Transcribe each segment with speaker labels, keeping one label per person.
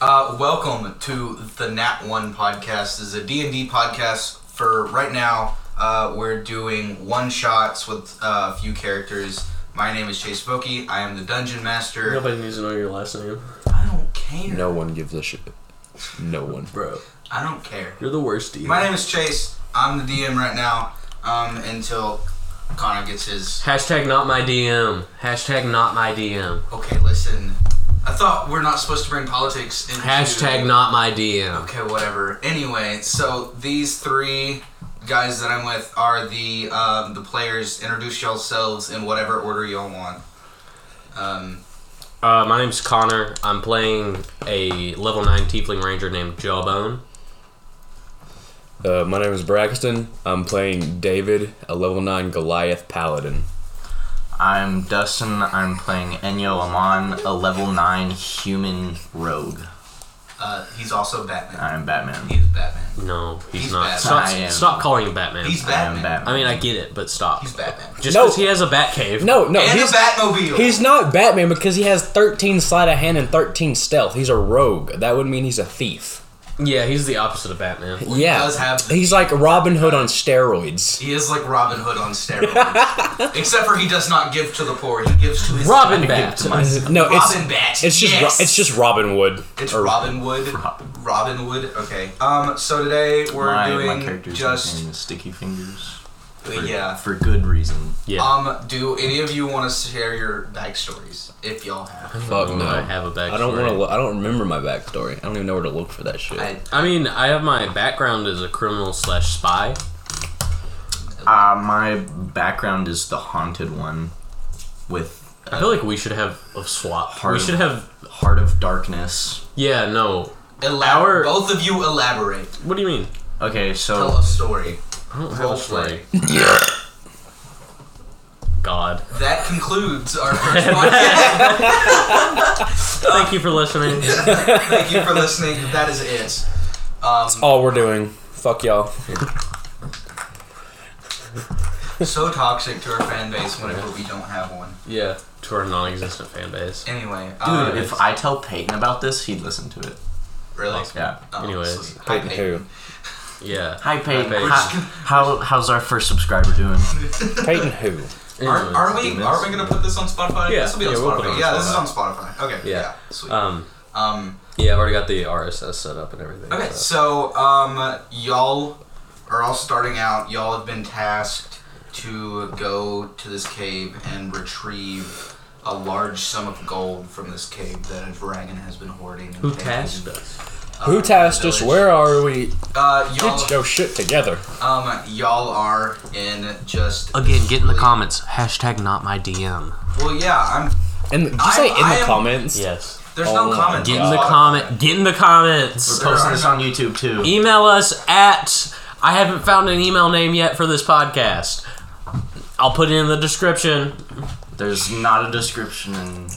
Speaker 1: Uh, welcome to the Nat One podcast. This is a D and D podcast. For right now, uh, we're doing one shots with uh, a few characters. My name is Chase Vokey. I am the dungeon master.
Speaker 2: Nobody needs to know your last name,
Speaker 1: I don't care.
Speaker 3: No one gives a shit. No one.
Speaker 2: bro.
Speaker 1: I don't care.
Speaker 2: You're the worst DM.
Speaker 1: My name is Chase. I'm the DM right now. Um, until Connor gets his.
Speaker 4: Hashtag not my DM. Hashtag not my DM.
Speaker 1: Okay, listen. I thought we're not supposed to bring politics into.
Speaker 4: Hashtag not my DM.
Speaker 1: Okay, whatever. Anyway, so these three guys that I'm with are the um, the players. Introduce yourselves in whatever order y'all want. Um,
Speaker 4: Uh, my name's Connor. I'm playing a level 9 Tiefling Ranger named Jawbone.
Speaker 3: Uh, my name is Braxton. I'm playing David, a level 9 Goliath Paladin.
Speaker 5: I'm Dustin. I'm playing Enyo Amon, a level 9 human rogue.
Speaker 1: uh, he's also Batman.
Speaker 5: I'm Batman.
Speaker 1: He's Batman.
Speaker 4: No, he's,
Speaker 1: He's
Speaker 4: not.
Speaker 1: Batman.
Speaker 4: Stop,
Speaker 5: I am-
Speaker 4: stop calling him Batman.
Speaker 1: He's
Speaker 5: I
Speaker 1: Batman.
Speaker 5: am Batman.
Speaker 4: I mean, I get it, but stop.
Speaker 1: He's Batman.
Speaker 4: Just
Speaker 3: No.
Speaker 4: because he has a bat cave.
Speaker 3: No, no,
Speaker 1: and
Speaker 3: he's,
Speaker 1: a Batmobile.
Speaker 3: he's not Batman because he has 13 sleight of hand and 13 stealth. He's a rogue. That would mean he's a thief.
Speaker 4: Yeah, he's the opposite of Batman.
Speaker 1: he
Speaker 3: yeah.
Speaker 1: does have the-
Speaker 3: he's like Robin Hood on steroids.
Speaker 1: he is like Robin Hood on steroids. Except for he does not give to the poor. He gives to his
Speaker 4: Robin Bat.
Speaker 3: No, it's
Speaker 1: Robin Bat.
Speaker 3: it's just
Speaker 1: yes.
Speaker 3: Ro- it's just Robin Wood.
Speaker 1: It's
Speaker 3: Or-
Speaker 1: Robin Wood. Robin Wood. Okay. Um. So today we're
Speaker 5: my, my
Speaker 1: doing
Speaker 5: character's
Speaker 1: just
Speaker 5: name is Sticky Fingers. For,
Speaker 1: yeah.
Speaker 5: For good reason.
Speaker 4: Yeah.
Speaker 1: Um, do any of you want to share your backstories, if y'all have?
Speaker 3: Fuck
Speaker 4: I
Speaker 3: no.
Speaker 4: have a backstory.
Speaker 3: I don't want to. Lo- I don't remember my backstory. I don't even know where to look for that shit.
Speaker 1: I,
Speaker 4: I mean, I have my background as a criminal slash spy.
Speaker 5: Uh, my background is the haunted one with
Speaker 4: I feel like we should have a swap.
Speaker 5: Part
Speaker 4: we
Speaker 5: of-
Speaker 4: should have.
Speaker 5: Heart of Darkness.
Speaker 4: Yeah, no.
Speaker 1: elabor- both of you elaborate.
Speaker 4: What do you mean?
Speaker 5: Okay, so.
Speaker 1: Tell a story.
Speaker 4: I don't have
Speaker 1: Role
Speaker 4: a story.
Speaker 1: play.
Speaker 4: God.
Speaker 1: That concludes our first podcast.
Speaker 4: Thank you for listening.
Speaker 1: Thank you for listening. That is it. Um,
Speaker 3: all we're doing. Fuck y'all.
Speaker 1: so toxic to our fan base whenever we don't have one.
Speaker 4: yeah. To our non existent fan base.
Speaker 1: Anyway,
Speaker 5: Dude,
Speaker 1: uh,
Speaker 5: if I tell Peyton about this, he'd listen to it.
Speaker 1: really.
Speaker 5: Yeah.
Speaker 1: Oh,
Speaker 4: Anyways.
Speaker 1: sweet. Hi, Peyton.
Speaker 3: Peyton
Speaker 4: Yeah.
Speaker 5: Hi, Peyton.
Speaker 4: Peyton.
Speaker 5: Hi- how, how's our first subscriber doing?
Speaker 3: who? Peyton who?
Speaker 1: Are,
Speaker 4: Anyways.
Speaker 1: are we are we gonna put this on Spotify?
Speaker 4: Yeah,
Speaker 1: this will be on
Speaker 4: yeah, we'll
Speaker 1: Spotify.
Speaker 4: put it on
Speaker 1: yeah, this is on
Speaker 4: Spotify.
Speaker 1: Spotify. Okay. Yeah.
Speaker 4: Yeah.
Speaker 1: sweet.
Speaker 4: Um,
Speaker 1: um.
Speaker 4: yeah, I've already got the RSS set up and everything.
Speaker 1: Okay,
Speaker 4: so-
Speaker 1: so um, y'all are all starting out. Y'all have been tasked to go to this cave and retrieve a large sum of gold from this cave that a dragon has been hoarding. and
Speaker 4: Who
Speaker 1: taking,
Speaker 4: tasked us?
Speaker 1: uh,
Speaker 3: Who tasked
Speaker 1: from the
Speaker 3: us?
Speaker 1: village.
Speaker 3: Where are we?
Speaker 1: Uh,
Speaker 3: Get
Speaker 1: y'all,
Speaker 3: your shit together.
Speaker 1: um, y'all are in just
Speaker 4: Again, get in the comments. Hashtag not my DM.
Speaker 1: Well, yeah, I'm.
Speaker 3: And did you
Speaker 1: I-
Speaker 3: say in
Speaker 1: I
Speaker 3: the
Speaker 1: am-
Speaker 3: comments?
Speaker 4: Yes.
Speaker 1: There's
Speaker 3: Oh
Speaker 1: no
Speaker 3: my
Speaker 1: comment.
Speaker 4: Get
Speaker 1: on
Speaker 4: in the
Speaker 1: Spotify.
Speaker 4: comment. Get in the comments.
Speaker 1: There
Speaker 5: Post
Speaker 1: are
Speaker 5: this
Speaker 1: no-
Speaker 5: on YouTube too.
Speaker 4: Email us at. I haven't found an email name yet for this podcast. I'll put it in the description.
Speaker 5: There's not a description in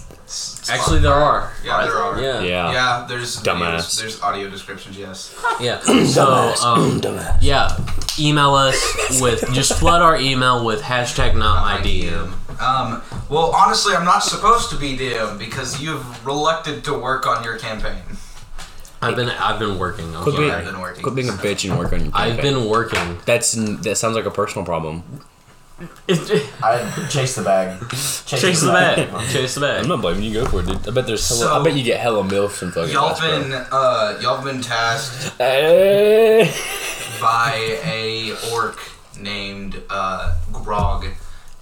Speaker 4: Actually, there are.
Speaker 1: Yeah, there are.
Speaker 4: Yeah.
Speaker 3: Yeah.
Speaker 1: Yeah, there's
Speaker 3: Dumbass.
Speaker 1: videos, there's audio descriptions. Yes.
Speaker 4: Yeah. So, um, yeah, email us with just flood our email with hashtag not my DM.
Speaker 1: Um, well, honestly, I'm not supposed to be DM because you've relucted to work on your campaign.
Speaker 4: I've been I've been working. I'm
Speaker 3: Could be.
Speaker 1: I've
Speaker 4: sorry.
Speaker 1: been working.
Speaker 3: Quit being a bitch and work on your.
Speaker 4: I've
Speaker 3: campaign.
Speaker 4: been working.
Speaker 3: That's n- that sounds like a personal problem.
Speaker 5: I chase the bag. Chase,
Speaker 4: Chase the bag. Chase the
Speaker 3: I'm
Speaker 4: bag.
Speaker 3: not blaming you. Go for it, dude. I bet there's. Hella,
Speaker 1: So-
Speaker 3: I bet you get hella milfs and fucking.
Speaker 1: Y'all
Speaker 3: West, bro.
Speaker 1: been uh, y'all been tasked
Speaker 3: Eh.
Speaker 1: by a orc named uh, Grog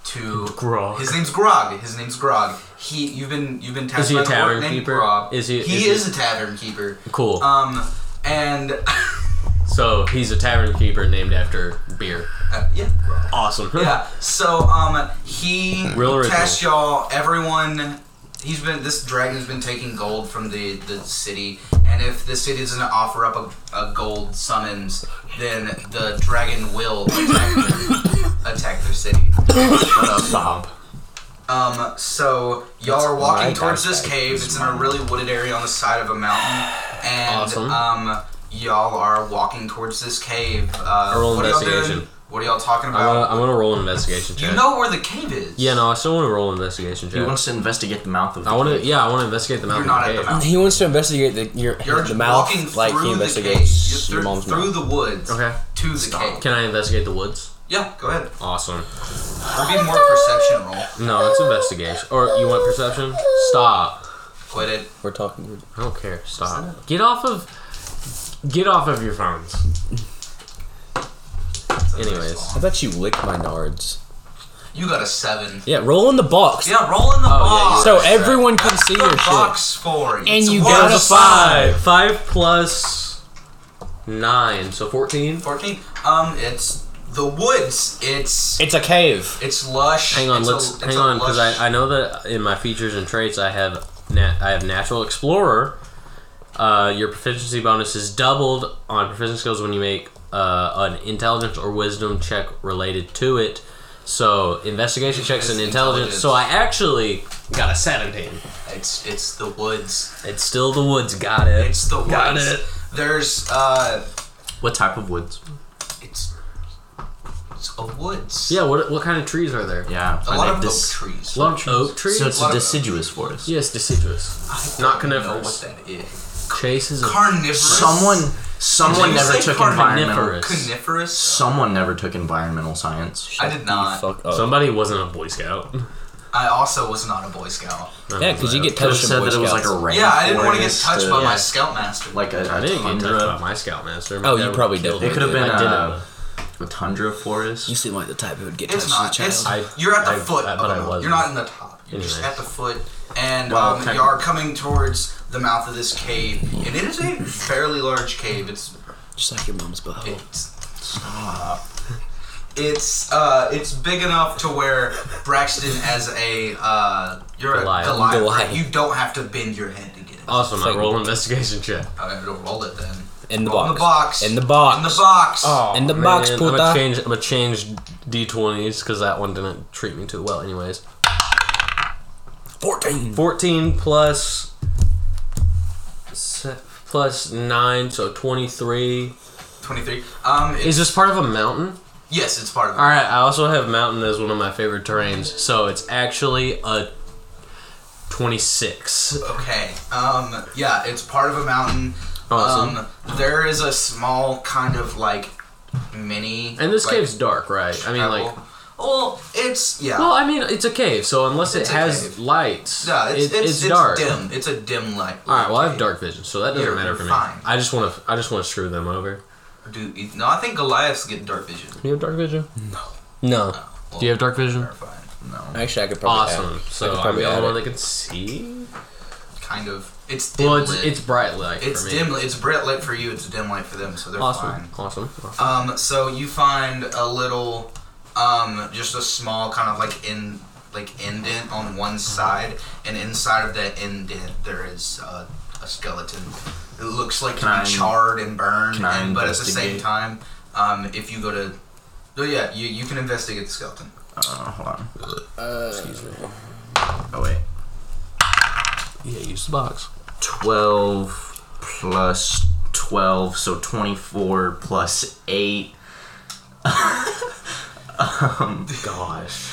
Speaker 1: to
Speaker 4: Grog.
Speaker 1: His name's Grog. His name's Grog. He you've been you've been tasked
Speaker 4: he a
Speaker 1: by an orc
Speaker 4: tavern
Speaker 1: named
Speaker 4: keeper?
Speaker 1: Grog.
Speaker 4: Is he-
Speaker 1: He
Speaker 4: is he-
Speaker 1: is a tavern keeper.
Speaker 4: Cool.
Speaker 1: Um, and uh,
Speaker 4: So he's a tavern keeper named after beer.
Speaker 1: uh, yeah, Grog.
Speaker 4: Awesome.
Speaker 1: Yeah. So um, he
Speaker 4: Real original.
Speaker 1: tasked y'all. Everyone. He's been. This dragon's been taking gold from the the city, and if the city doesn't offer up a, a gold summons, then the dragon will attack, the- attack their city.
Speaker 5: Bob.
Speaker 1: Um. So y'all are walking
Speaker 3: my
Speaker 1: towards this
Speaker 3: backpack.
Speaker 1: cave. It's in a really wooded area on the side of a mountain, and
Speaker 4: Awesome.
Speaker 1: um, y'all are walking towards this cave. Uh,
Speaker 4: Roll
Speaker 1: what are y'all doing?
Speaker 4: investigation.
Speaker 1: What are y'all talking
Speaker 4: I'm gonna,
Speaker 1: about?
Speaker 4: I'm gonna roll an investigation check.
Speaker 1: you know where the cave is.
Speaker 4: yeah, no, I still want to roll an investigation
Speaker 5: He
Speaker 4: check.
Speaker 5: wants to investigate the mouth of.
Speaker 4: I want to. Yeah, I want to investigate the
Speaker 1: You're
Speaker 4: mountain.
Speaker 1: not at the
Speaker 4: cave.
Speaker 1: mouth.
Speaker 3: He wants to investigate the your
Speaker 1: You're
Speaker 3: the mouth
Speaker 1: walking
Speaker 3: like
Speaker 1: through
Speaker 3: he
Speaker 1: the cave.
Speaker 3: investigates
Speaker 1: You're through,
Speaker 3: your mom's
Speaker 1: through
Speaker 3: mouth.
Speaker 1: the woods
Speaker 4: Okay.
Speaker 1: to the cave.
Speaker 4: Can I investigate the woods?
Speaker 1: Yeah, go ahead.
Speaker 4: Awesome.
Speaker 1: That'd be more perception roll.
Speaker 4: No, it's investigation. Or you want perception? Stop.
Speaker 1: Quit it.
Speaker 3: We're talking.
Speaker 4: I don't care. Stop. Get off of. Get off of your phones.
Speaker 1: That's a nice
Speaker 4: Anyways.
Speaker 1: roll.
Speaker 3: I bet you licked my nards.
Speaker 1: you got a seven.
Speaker 3: Yeah, roll in the box.
Speaker 1: Yeah, roll in the
Speaker 4: Oh,
Speaker 1: box.
Speaker 3: So everyone can see
Speaker 1: the
Speaker 3: your shit.
Speaker 1: box for you.
Speaker 3: And
Speaker 1: It's
Speaker 3: you
Speaker 1: worth
Speaker 3: got a
Speaker 4: Five. Five plus nine, so fourteen.
Speaker 1: Fourteen. Um, it's the woods. It's
Speaker 3: It's a cave.
Speaker 1: it's lush.
Speaker 4: Hang on,
Speaker 1: It's a-
Speaker 4: let's
Speaker 1: it's
Speaker 4: hang
Speaker 1: a
Speaker 4: on because
Speaker 1: lush-
Speaker 4: I, I know that in my features and traits I have nat- I have natural explorer. Uh, your proficiency bonus is doubled on proficiency skills when you make uh, an intelligence or wisdom check related to it. So investigation checks and
Speaker 1: It's
Speaker 4: intelligence. So I actually got a seventeen.
Speaker 1: It's it's the woods.
Speaker 4: It's still the woods. Got it.
Speaker 1: It's the woods.
Speaker 4: Got it.
Speaker 1: There's uh,
Speaker 5: What type of woods?
Speaker 1: it's it's a woods.
Speaker 4: Yeah. What, what kind of trees are there?
Speaker 5: Yeah,
Speaker 1: a
Speaker 5: I
Speaker 1: lot
Speaker 5: like
Speaker 1: of
Speaker 5: this.
Speaker 1: oak trees.
Speaker 4: Lot of oak trees.
Speaker 5: So it's
Speaker 1: lot
Speaker 5: a
Speaker 1: of-
Speaker 5: deciduous forest.
Speaker 4: yes, deciduous.
Speaker 1: I
Speaker 4: not
Speaker 1: don't know
Speaker 4: coniferous.
Speaker 1: what that is?
Speaker 4: Chases. a-
Speaker 1: Carnivorous.
Speaker 5: Someone, someone
Speaker 1: you
Speaker 5: never
Speaker 1: say
Speaker 5: took
Speaker 1: carnivorous?
Speaker 5: environmental.
Speaker 4: Carnivorous.
Speaker 1: Coniferous.
Speaker 5: Someone never took environmental science.
Speaker 1: I did not.
Speaker 3: Fuck up.
Speaker 4: Somebody wasn't a boy scout.
Speaker 1: I also was not a boy scout.
Speaker 3: yeah, because you get
Speaker 5: Could have
Speaker 3: touched in
Speaker 5: said
Speaker 3: Boy
Speaker 5: that it was like
Speaker 3: Scouts.
Speaker 5: a rain.
Speaker 1: Yeah, I didn't want to get touched by my
Speaker 4: uh, Yeah.
Speaker 1: scout master.
Speaker 5: like a, a
Speaker 4: I didn't get touched by
Speaker 5: tundra.
Speaker 4: my scoutmaster.
Speaker 3: Oh, you probably
Speaker 5: It
Speaker 3: definitely
Speaker 5: could have been
Speaker 4: I didn't.
Speaker 5: a, a tundra forest.
Speaker 3: You seem like the type who would get
Speaker 1: It's not. It's,
Speaker 4: I-
Speaker 1: you're at the
Speaker 4: I-
Speaker 1: foot.
Speaker 4: I-
Speaker 1: of
Speaker 4: but I
Speaker 1: the hill.
Speaker 4: wasn't.
Speaker 1: You're not in the top. You're just
Speaker 4: Anyway.
Speaker 1: at the foot, and
Speaker 5: Wow,
Speaker 1: um,
Speaker 5: okay.
Speaker 1: you are coming towards the mouth of this cave, and it is a fairly large cave. It's
Speaker 3: Just like your mom's butthole.
Speaker 1: it's it's uh it's big enough to where Braxton as a uh you're
Speaker 4: Goliath. Oh,
Speaker 1: a Goliath.
Speaker 3: Goliath.
Speaker 1: right? You don't have to bend your head to get it.
Speaker 4: Awesome. I
Speaker 3: Fucking-
Speaker 4: roll investigation check.
Speaker 1: I will roll it then.
Speaker 3: In the
Speaker 1: Roll in the
Speaker 3: box.
Speaker 1: box.
Speaker 3: In the box.
Speaker 1: In the box.
Speaker 4: Oh.
Speaker 3: In the box,
Speaker 4: I'm
Speaker 3: puta.
Speaker 4: gonna change. I'm gonna change d20s because that one didn't treat me too well. Anyways,
Speaker 3: Fourteen.
Speaker 4: fourteen plus se- plus nine, so twenty-three.
Speaker 1: Twenty-three. Um. It,
Speaker 4: Is this part of a mountain?
Speaker 1: yes, it's part of. it.
Speaker 4: All right. I also have mountain as one of my favorite terrains, so it's actually a twenty-six.
Speaker 1: Okay. Um. Yeah, it's part of a mountain.
Speaker 4: Awesome.
Speaker 1: Um, there is a small kind of like mini.
Speaker 4: And this
Speaker 1: like,
Speaker 4: cave's dark, right? I mean, like.
Speaker 1: travel- Well, it's yeah.
Speaker 4: Well, I mean, it's a cave, so unless
Speaker 1: It's
Speaker 4: it
Speaker 1: a
Speaker 4: has
Speaker 1: cave.
Speaker 4: lights,
Speaker 1: no, it's,
Speaker 4: it-
Speaker 1: it's, it's
Speaker 4: dark.
Speaker 1: dim. It's a dim light.
Speaker 4: All right. Well, I have dark vision, so that doesn't
Speaker 1: You're
Speaker 4: matter for me.
Speaker 1: fine.
Speaker 4: I just want to. I just want to screw them over.
Speaker 1: Do no, I think Goliath's get dark vision.
Speaker 4: Do you have dark vision? No. No.
Speaker 1: Well,
Speaker 4: Do you have dark vision?
Speaker 1: Terrifying.
Speaker 3: Actually, I could probably.
Speaker 4: Awesome.
Speaker 3: add- I
Speaker 4: So
Speaker 3: could
Speaker 4: I'm
Speaker 3: probably
Speaker 4: the
Speaker 3: add
Speaker 4: only
Speaker 3: it.
Speaker 4: one that can see.
Speaker 1: Kind of. It's dim
Speaker 4: Well, it's
Speaker 1: lit.
Speaker 4: it's bright light
Speaker 1: It's
Speaker 4: for me.
Speaker 1: dim. lit. It's bright light for you. It's dim light for them. So they're
Speaker 4: Awesome.
Speaker 1: fine.
Speaker 4: Awesome. awesome.
Speaker 1: Um, so you find a little, um, just a small kind of like in like indent on one side, and inside of that indent there is uh, a skeleton. It looks like
Speaker 5: Can I-
Speaker 1: it's been charred and burned,
Speaker 5: can I
Speaker 1: and, but at the same
Speaker 5: investigate?
Speaker 1: time, um, if you go to, oh yeah, you, you can investigate the skeleton.
Speaker 5: Uh, hold on. Excuse me. Oh wait.
Speaker 4: Yeah. Use the box.
Speaker 5: 12 plus 12, so 24 plus 8.
Speaker 4: Gosh.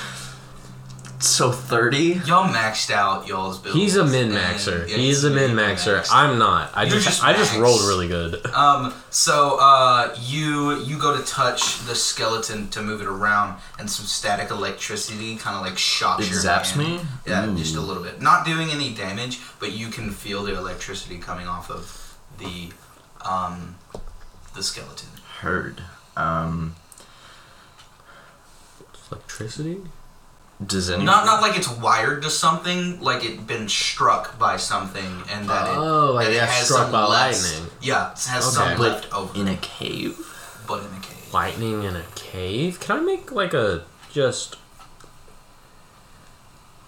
Speaker 5: So 30?
Speaker 1: Y'all maxed out y'all's builds.
Speaker 4: He's a
Speaker 1: and-
Speaker 4: min maxer.
Speaker 1: yeah,
Speaker 4: He's a
Speaker 1: you're
Speaker 4: min maxer.
Speaker 1: min-maxed.
Speaker 4: I'm not. I
Speaker 1: You're
Speaker 4: just,
Speaker 1: just
Speaker 4: I just
Speaker 1: maxed.
Speaker 4: rolled really good.
Speaker 1: Um, so uh, you you go to touch the skeleton to move it around, and some static electricity kind of like shocks
Speaker 5: It
Speaker 1: your
Speaker 5: zaps me?
Speaker 1: hand. Yeah,
Speaker 5: Ooh.
Speaker 1: just a little bit. Not doing any damage, but you can feel the electricity coming off of the um, the skeleton.
Speaker 5: Heard. Um,
Speaker 4: Electricity.
Speaker 5: does anyone.
Speaker 1: Not not like it's wired to something, like it been struck by something, and that it
Speaker 4: Oh, like
Speaker 1: that
Speaker 4: it got
Speaker 1: has
Speaker 4: struck
Speaker 1: some
Speaker 4: by
Speaker 1: less-
Speaker 4: lightning.
Speaker 1: Yeah, it has
Speaker 4: Okay.
Speaker 1: some
Speaker 4: But
Speaker 1: left over,
Speaker 5: in a cave?
Speaker 1: but in a cave.
Speaker 4: Lightning in a cave. Can I make like a just?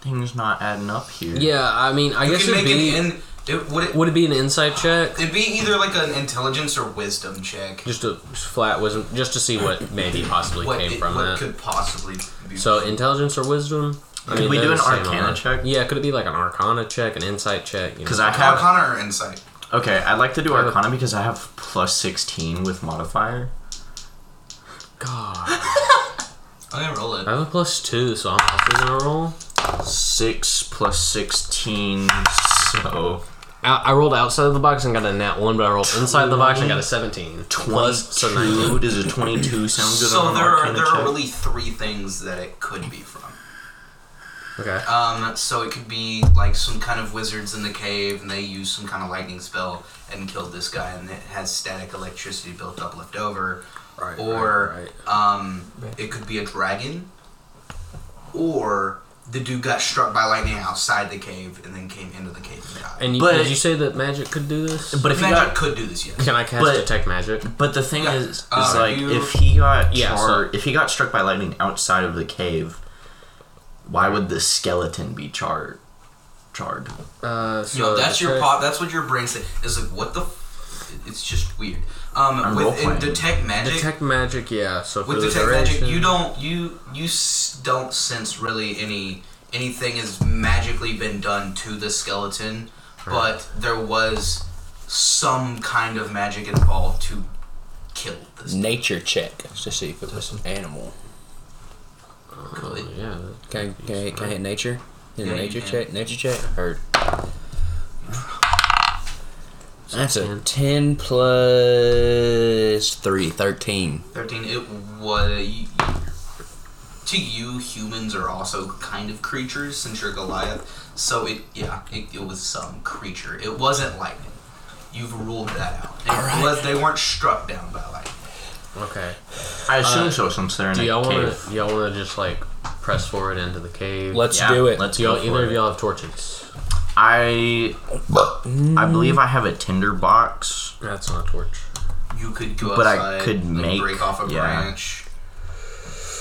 Speaker 5: Things not adding up here.
Speaker 4: Yeah. I mean, I
Speaker 1: You
Speaker 4: guess
Speaker 1: can
Speaker 4: it'd
Speaker 1: make
Speaker 4: be.
Speaker 1: an in. It, would it
Speaker 4: would it be an insight check?
Speaker 1: It'd be either like an intelligence or wisdom check.
Speaker 4: Just a flat wisdom, just to see what maybe possibly
Speaker 1: What,
Speaker 4: came
Speaker 1: it,
Speaker 4: from
Speaker 1: what
Speaker 4: that.
Speaker 1: could possibly be?
Speaker 4: So intelligence or wisdom? I
Speaker 5: Could we
Speaker 4: they're
Speaker 5: do
Speaker 4: the
Speaker 5: an
Speaker 4: same
Speaker 5: arcana
Speaker 4: amount.
Speaker 5: check?
Speaker 4: Yeah, could it be like an arcana check, an insight check? you
Speaker 5: Because
Speaker 4: know?
Speaker 5: I have.
Speaker 1: Arcana or insight?
Speaker 5: Okay, I'd like to do
Speaker 4: have a-
Speaker 5: Arcana because I have plus 16 with modifier.
Speaker 4: God,
Speaker 1: Okay, roll it.
Speaker 4: I have a plus two, so I'm also gonna roll.
Speaker 5: Six plus sixteen, so
Speaker 4: I, I rolled outside of the box and got a nat one, but I rolled inside the box and got a seventeen. Plus, so
Speaker 5: twenty-two. Does a twenty-two sound good?
Speaker 1: So
Speaker 5: on an
Speaker 1: there are
Speaker 5: Arcana
Speaker 1: there are
Speaker 5: check?
Speaker 1: really three things that it could be from.
Speaker 4: Okay.
Speaker 1: Um, so it could be like some kind of wizards in the cave, and they used some kind of lightning spell and killed this guy, and it has static electricity built up left over.
Speaker 2: Right,
Speaker 1: or
Speaker 2: right,
Speaker 1: um, it could be a dragon, or the dude got struck by lightning outside the cave and then came into the cave and died.
Speaker 4: And you,
Speaker 5: But-
Speaker 4: did you say that magic could do this?
Speaker 5: But if he
Speaker 1: Magic
Speaker 5: got,
Speaker 1: could do this, yes.
Speaker 4: can I cast
Speaker 5: but-
Speaker 4: detect magic?
Speaker 5: but the thing is, is
Speaker 1: Uh,
Speaker 5: like
Speaker 1: you-
Speaker 5: if he got
Speaker 4: Yeah,
Speaker 5: char- if he got struck by lightning outside of the cave, why would the skeleton be charred? Charred.
Speaker 4: Uh, so
Speaker 1: No, that's your
Speaker 4: detect-
Speaker 1: pop. That's what your brain said. It's like what the. F-? It's just weird. Um,
Speaker 5: I'm
Speaker 1: within
Speaker 5: role-playing.
Speaker 1: detect magic,
Speaker 4: Detect magic, yeah. So for
Speaker 1: with
Speaker 4: the
Speaker 1: detect magic, you
Speaker 4: duration-
Speaker 1: don't you you s- don't sense really any anything has magically been done to the skeleton, but there was some kind of magic involved to kill this.
Speaker 3: Nature check to see if it was an animal.
Speaker 1: Could.
Speaker 4: Oh, Yeah.
Speaker 3: Can I, can I, can I hit nature? Hit a
Speaker 1: Yeah, you
Speaker 3: nature
Speaker 1: can.
Speaker 3: check? Nature check? Or. That's a 10 plus 3, 13.
Speaker 1: 13 it was to you humans are also kind of creatures since you're goliath so it yeah it, it was some creature it wasn't lightning you've ruled that out it
Speaker 3: Alright.
Speaker 1: was they weren't struck down by lightning
Speaker 4: Okay.
Speaker 5: I assume
Speaker 4: Uh,
Speaker 5: so. Since they're in
Speaker 4: Do
Speaker 5: a
Speaker 4: y'all want
Speaker 5: cave.
Speaker 4: to? Y'all want to just like press forward into the cave?
Speaker 3: Let's
Speaker 5: Yeah,
Speaker 3: do it.
Speaker 5: Let's
Speaker 4: Do y'all,
Speaker 5: go.
Speaker 4: either
Speaker 5: for
Speaker 4: of
Speaker 5: it.
Speaker 4: y'all have torches?
Speaker 5: I I
Speaker 1: Mm.
Speaker 5: believe I have a tinder box.
Speaker 4: That's not a torch.
Speaker 1: you could go
Speaker 5: But I
Speaker 1: outside,
Speaker 5: could
Speaker 1: like,
Speaker 5: make-
Speaker 1: break off a
Speaker 5: yeah.
Speaker 1: branch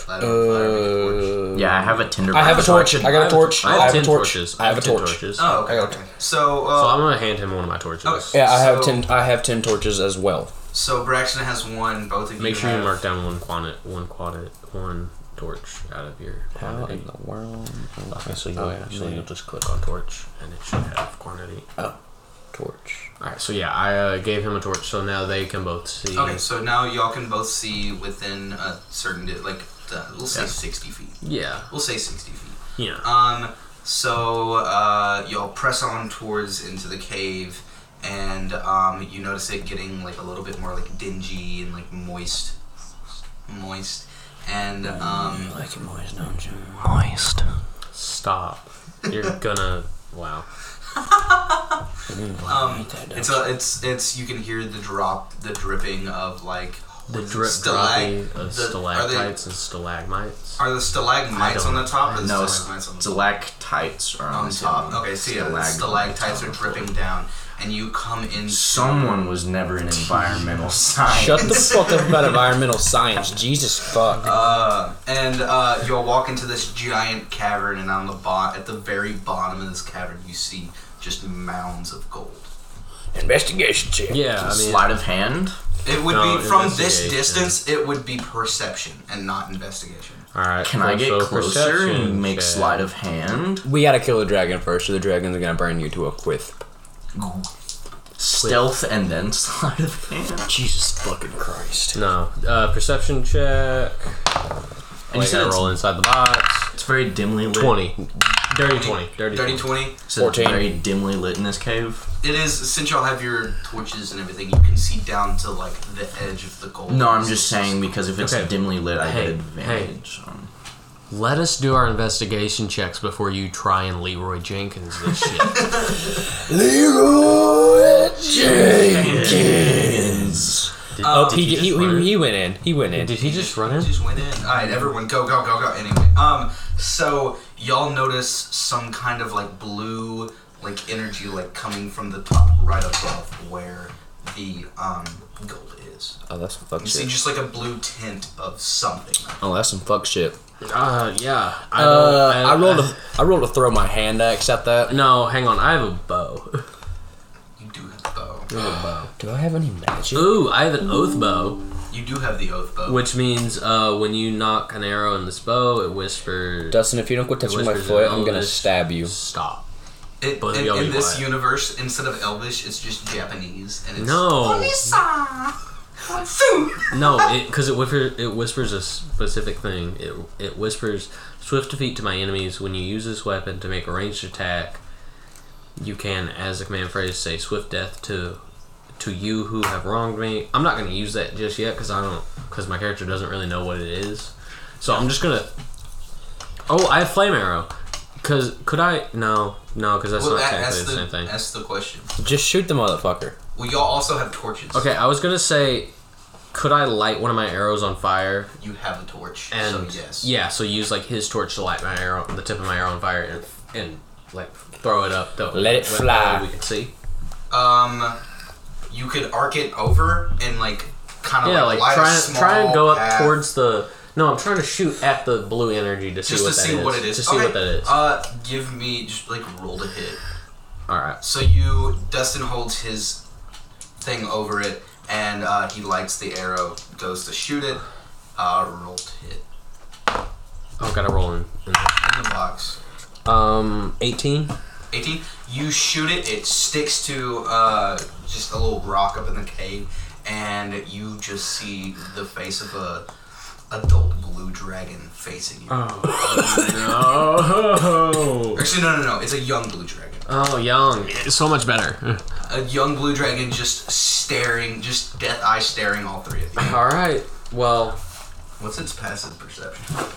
Speaker 1: light it on fire, make a torch.
Speaker 3: Uh,
Speaker 5: Yeah, I have a tinder.
Speaker 3: I
Speaker 5: box.
Speaker 3: have a
Speaker 5: so
Speaker 3: torch.
Speaker 5: could-
Speaker 3: I got a torch.
Speaker 4: I have, ten
Speaker 3: torch.
Speaker 4: torches.
Speaker 3: I have a
Speaker 4: ten
Speaker 3: torch.
Speaker 4: torches.
Speaker 1: oh okay,
Speaker 3: I got
Speaker 1: okay. so uh,
Speaker 4: So I'm gonna hand him one of my torches.
Speaker 1: Okay.
Speaker 3: Yeah, I have
Speaker 1: So-
Speaker 3: ten. I have ten torches as well.
Speaker 1: so braxton has one both of you
Speaker 4: Make sure you
Speaker 1: have-
Speaker 4: mark down one quantity, one quantity, one torch out of your quantity.
Speaker 3: world?
Speaker 4: Okay, so you'll
Speaker 3: Oh,
Speaker 4: actually
Speaker 3: man.
Speaker 4: you'll just click on torch, and it should have quantity.
Speaker 3: Torch.
Speaker 4: All right, so yeah, I uh, gave him a torch, so now they can both see.
Speaker 1: okay so now y'all can both see within a certain di- like uh, we'll say
Speaker 5: Yeah.
Speaker 1: 60 feet
Speaker 4: Yeah,
Speaker 1: we'll say 60 feet
Speaker 4: yeah.
Speaker 1: Um, so uh, y'all press on towards into the cave, and um, you notice it getting like a little bit more like dingy and like moist, moist, and
Speaker 4: Mm-hmm.
Speaker 1: um,
Speaker 3: Like it moist, don't you?
Speaker 5: Moist.
Speaker 4: Stop. You're gonna. Wow.
Speaker 1: um, it's a, it's it's you can hear the drop, the dripping of like
Speaker 4: The drip
Speaker 1: stalag-
Speaker 4: droppy of
Speaker 1: the- are they-
Speaker 4: stalactites and stalagmites.
Speaker 1: Are the stalagmites on
Speaker 4: don't-
Speaker 1: the top? Or the
Speaker 5: No,
Speaker 1: stalagmites on the
Speaker 5: stalactites are on,
Speaker 1: on top. Okay, uh, so
Speaker 5: see
Speaker 1: yeah, the stalactites are dripping down, and you come in.
Speaker 5: Someone was never in environmental science.
Speaker 3: Shut the fuck up about environmental science. Jesus fuck.
Speaker 1: Uh, and uh, you'll walk into this giant cavern, and on the bot at the very bottom of this cavern, you see just mounds of gold.
Speaker 3: Investigation check.
Speaker 4: Yeah, I mean,
Speaker 5: Sleight of hand.
Speaker 1: It would
Speaker 4: No,
Speaker 1: be from this
Speaker 4: investigation.
Speaker 1: distance. It would be perception and not investigation.
Speaker 4: all right.
Speaker 5: Can I get
Speaker 4: so
Speaker 5: closer
Speaker 4: perception
Speaker 5: and make
Speaker 4: check.
Speaker 5: sleight of hand?
Speaker 3: We gotta kill the dragon first, or the dragon's gonna burn you to a quith.
Speaker 5: Stealth and then sleight of hand.
Speaker 3: Jesus fucking Christ.
Speaker 4: No, uh, perception check.
Speaker 5: And you
Speaker 4: Like,
Speaker 5: said
Speaker 4: I
Speaker 5: it's,
Speaker 4: roll inside the box.
Speaker 5: it's very dimly lit.
Speaker 4: Twenty, dirty twenty, dirty,
Speaker 1: Dirty
Speaker 4: 20.
Speaker 1: twenty.
Speaker 5: So it's
Speaker 3: 14.
Speaker 5: very dimly lit in this cave.
Speaker 1: It is since y'all have your torches and everything, you can see down to like the edge of the gold.
Speaker 5: No, I'm just saying because if it's
Speaker 4: Okay.
Speaker 5: dimly lit, I
Speaker 4: Hey,
Speaker 5: get advantage. on-
Speaker 4: Let us do our investigation checks before you try and Leroy Jenkins this shit.
Speaker 3: Leroy Jenkins. Oh,
Speaker 4: did
Speaker 3: he,
Speaker 4: he
Speaker 3: he,
Speaker 4: just run
Speaker 3: he,
Speaker 4: it?
Speaker 3: he went in. He went in.
Speaker 4: Did he just run in?
Speaker 1: Just went in. All right, everyone, go, go, go, go. Anyway, um, so y'all notice some kind of like blue, like energy, like coming from the top right above where the um gold is.
Speaker 3: Oh, that's some fuck
Speaker 1: You see
Speaker 3: shit.
Speaker 1: just like a blue tint of something.
Speaker 3: Oh, that's some fuck shit.
Speaker 4: Uh, yeah. I,
Speaker 3: Uh,
Speaker 4: don't-
Speaker 3: I rolled a, I rolled a throw my hand axe at that.
Speaker 4: No, hang on. I have a bow.
Speaker 1: You do have the bow.
Speaker 4: I have a bow.
Speaker 3: Do I have any magic?
Speaker 4: Ooh, I have an oath bow,
Speaker 1: You do have the oath bow.
Speaker 4: which means uh, when you knock an arrow in this bow, it whispers.
Speaker 3: Dustin, if you don't quit touching my
Speaker 4: Whispers
Speaker 3: foot,
Speaker 4: in
Speaker 3: I'm gonna
Speaker 4: Elvish.
Speaker 3: stab you.
Speaker 4: Stop.
Speaker 1: It-
Speaker 4: both of
Speaker 1: in
Speaker 4: y'all
Speaker 1: in
Speaker 4: be
Speaker 1: this
Speaker 4: quiet.
Speaker 1: universe, instead of Elvish, it's just Japanese, and it's
Speaker 4: No.
Speaker 1: Onisa.
Speaker 4: No, because it, whiffer- it whispers a specific thing. It, it whispers swift defeat to my enemies. When you use this weapon to make a ranged attack, you can, as a command phrase, say swift death to to you who have wronged me. I'm not going to use that just yet because I don't because my character doesn't really know what it is. So I'm just gonna. Oh, I have flame arrow. Cause could I? No, no, because that's
Speaker 1: Well,
Speaker 4: not
Speaker 1: that,
Speaker 4: technically
Speaker 1: that's
Speaker 4: the same thing.
Speaker 1: the that's the question.
Speaker 3: Just shoot the motherfucker.
Speaker 1: Well, y'all also have torches.
Speaker 4: Okay, I was gonna say, could I light one of my arrows on fire?
Speaker 1: You have a torch,
Speaker 4: And
Speaker 1: so yes.
Speaker 4: yeah, so use like his torch to light my arrow, the tip of my arrow on fire, and and like throw it up. Though,
Speaker 3: Let it fly.
Speaker 4: We can see.
Speaker 1: Um, you could arc it over and like kind of
Speaker 4: Yeah,
Speaker 1: like,
Speaker 4: like
Speaker 1: light
Speaker 4: try
Speaker 1: a
Speaker 4: and
Speaker 1: small
Speaker 4: try and go
Speaker 1: path
Speaker 4: up towards the. No, I'm trying to shoot at the blue energy to see
Speaker 1: just
Speaker 4: what
Speaker 1: to
Speaker 4: that
Speaker 1: see
Speaker 4: is,
Speaker 1: what it is.
Speaker 4: To see
Speaker 1: Okay,
Speaker 4: what that is.
Speaker 1: Uh, give me just like roll to hit.
Speaker 4: All right.
Speaker 1: So you Dustin holds his thing over it and uh, he lights the arrow, goes to shoot it. Uh, roll to hit
Speaker 4: Oh, gotta roll in.
Speaker 1: in the box.
Speaker 4: Um, 18.
Speaker 1: 18 you shoot it it sticks to uh, just a little rock up in the cave and you just see the face of a adult blue dragon facing you
Speaker 4: Oh.
Speaker 1: actually no no no it's a young blue dragon
Speaker 4: Oh, young. So much better.
Speaker 1: a young blue dragon just staring just death eye staring all three of you
Speaker 4: All right. Well,
Speaker 1: what's its passive perception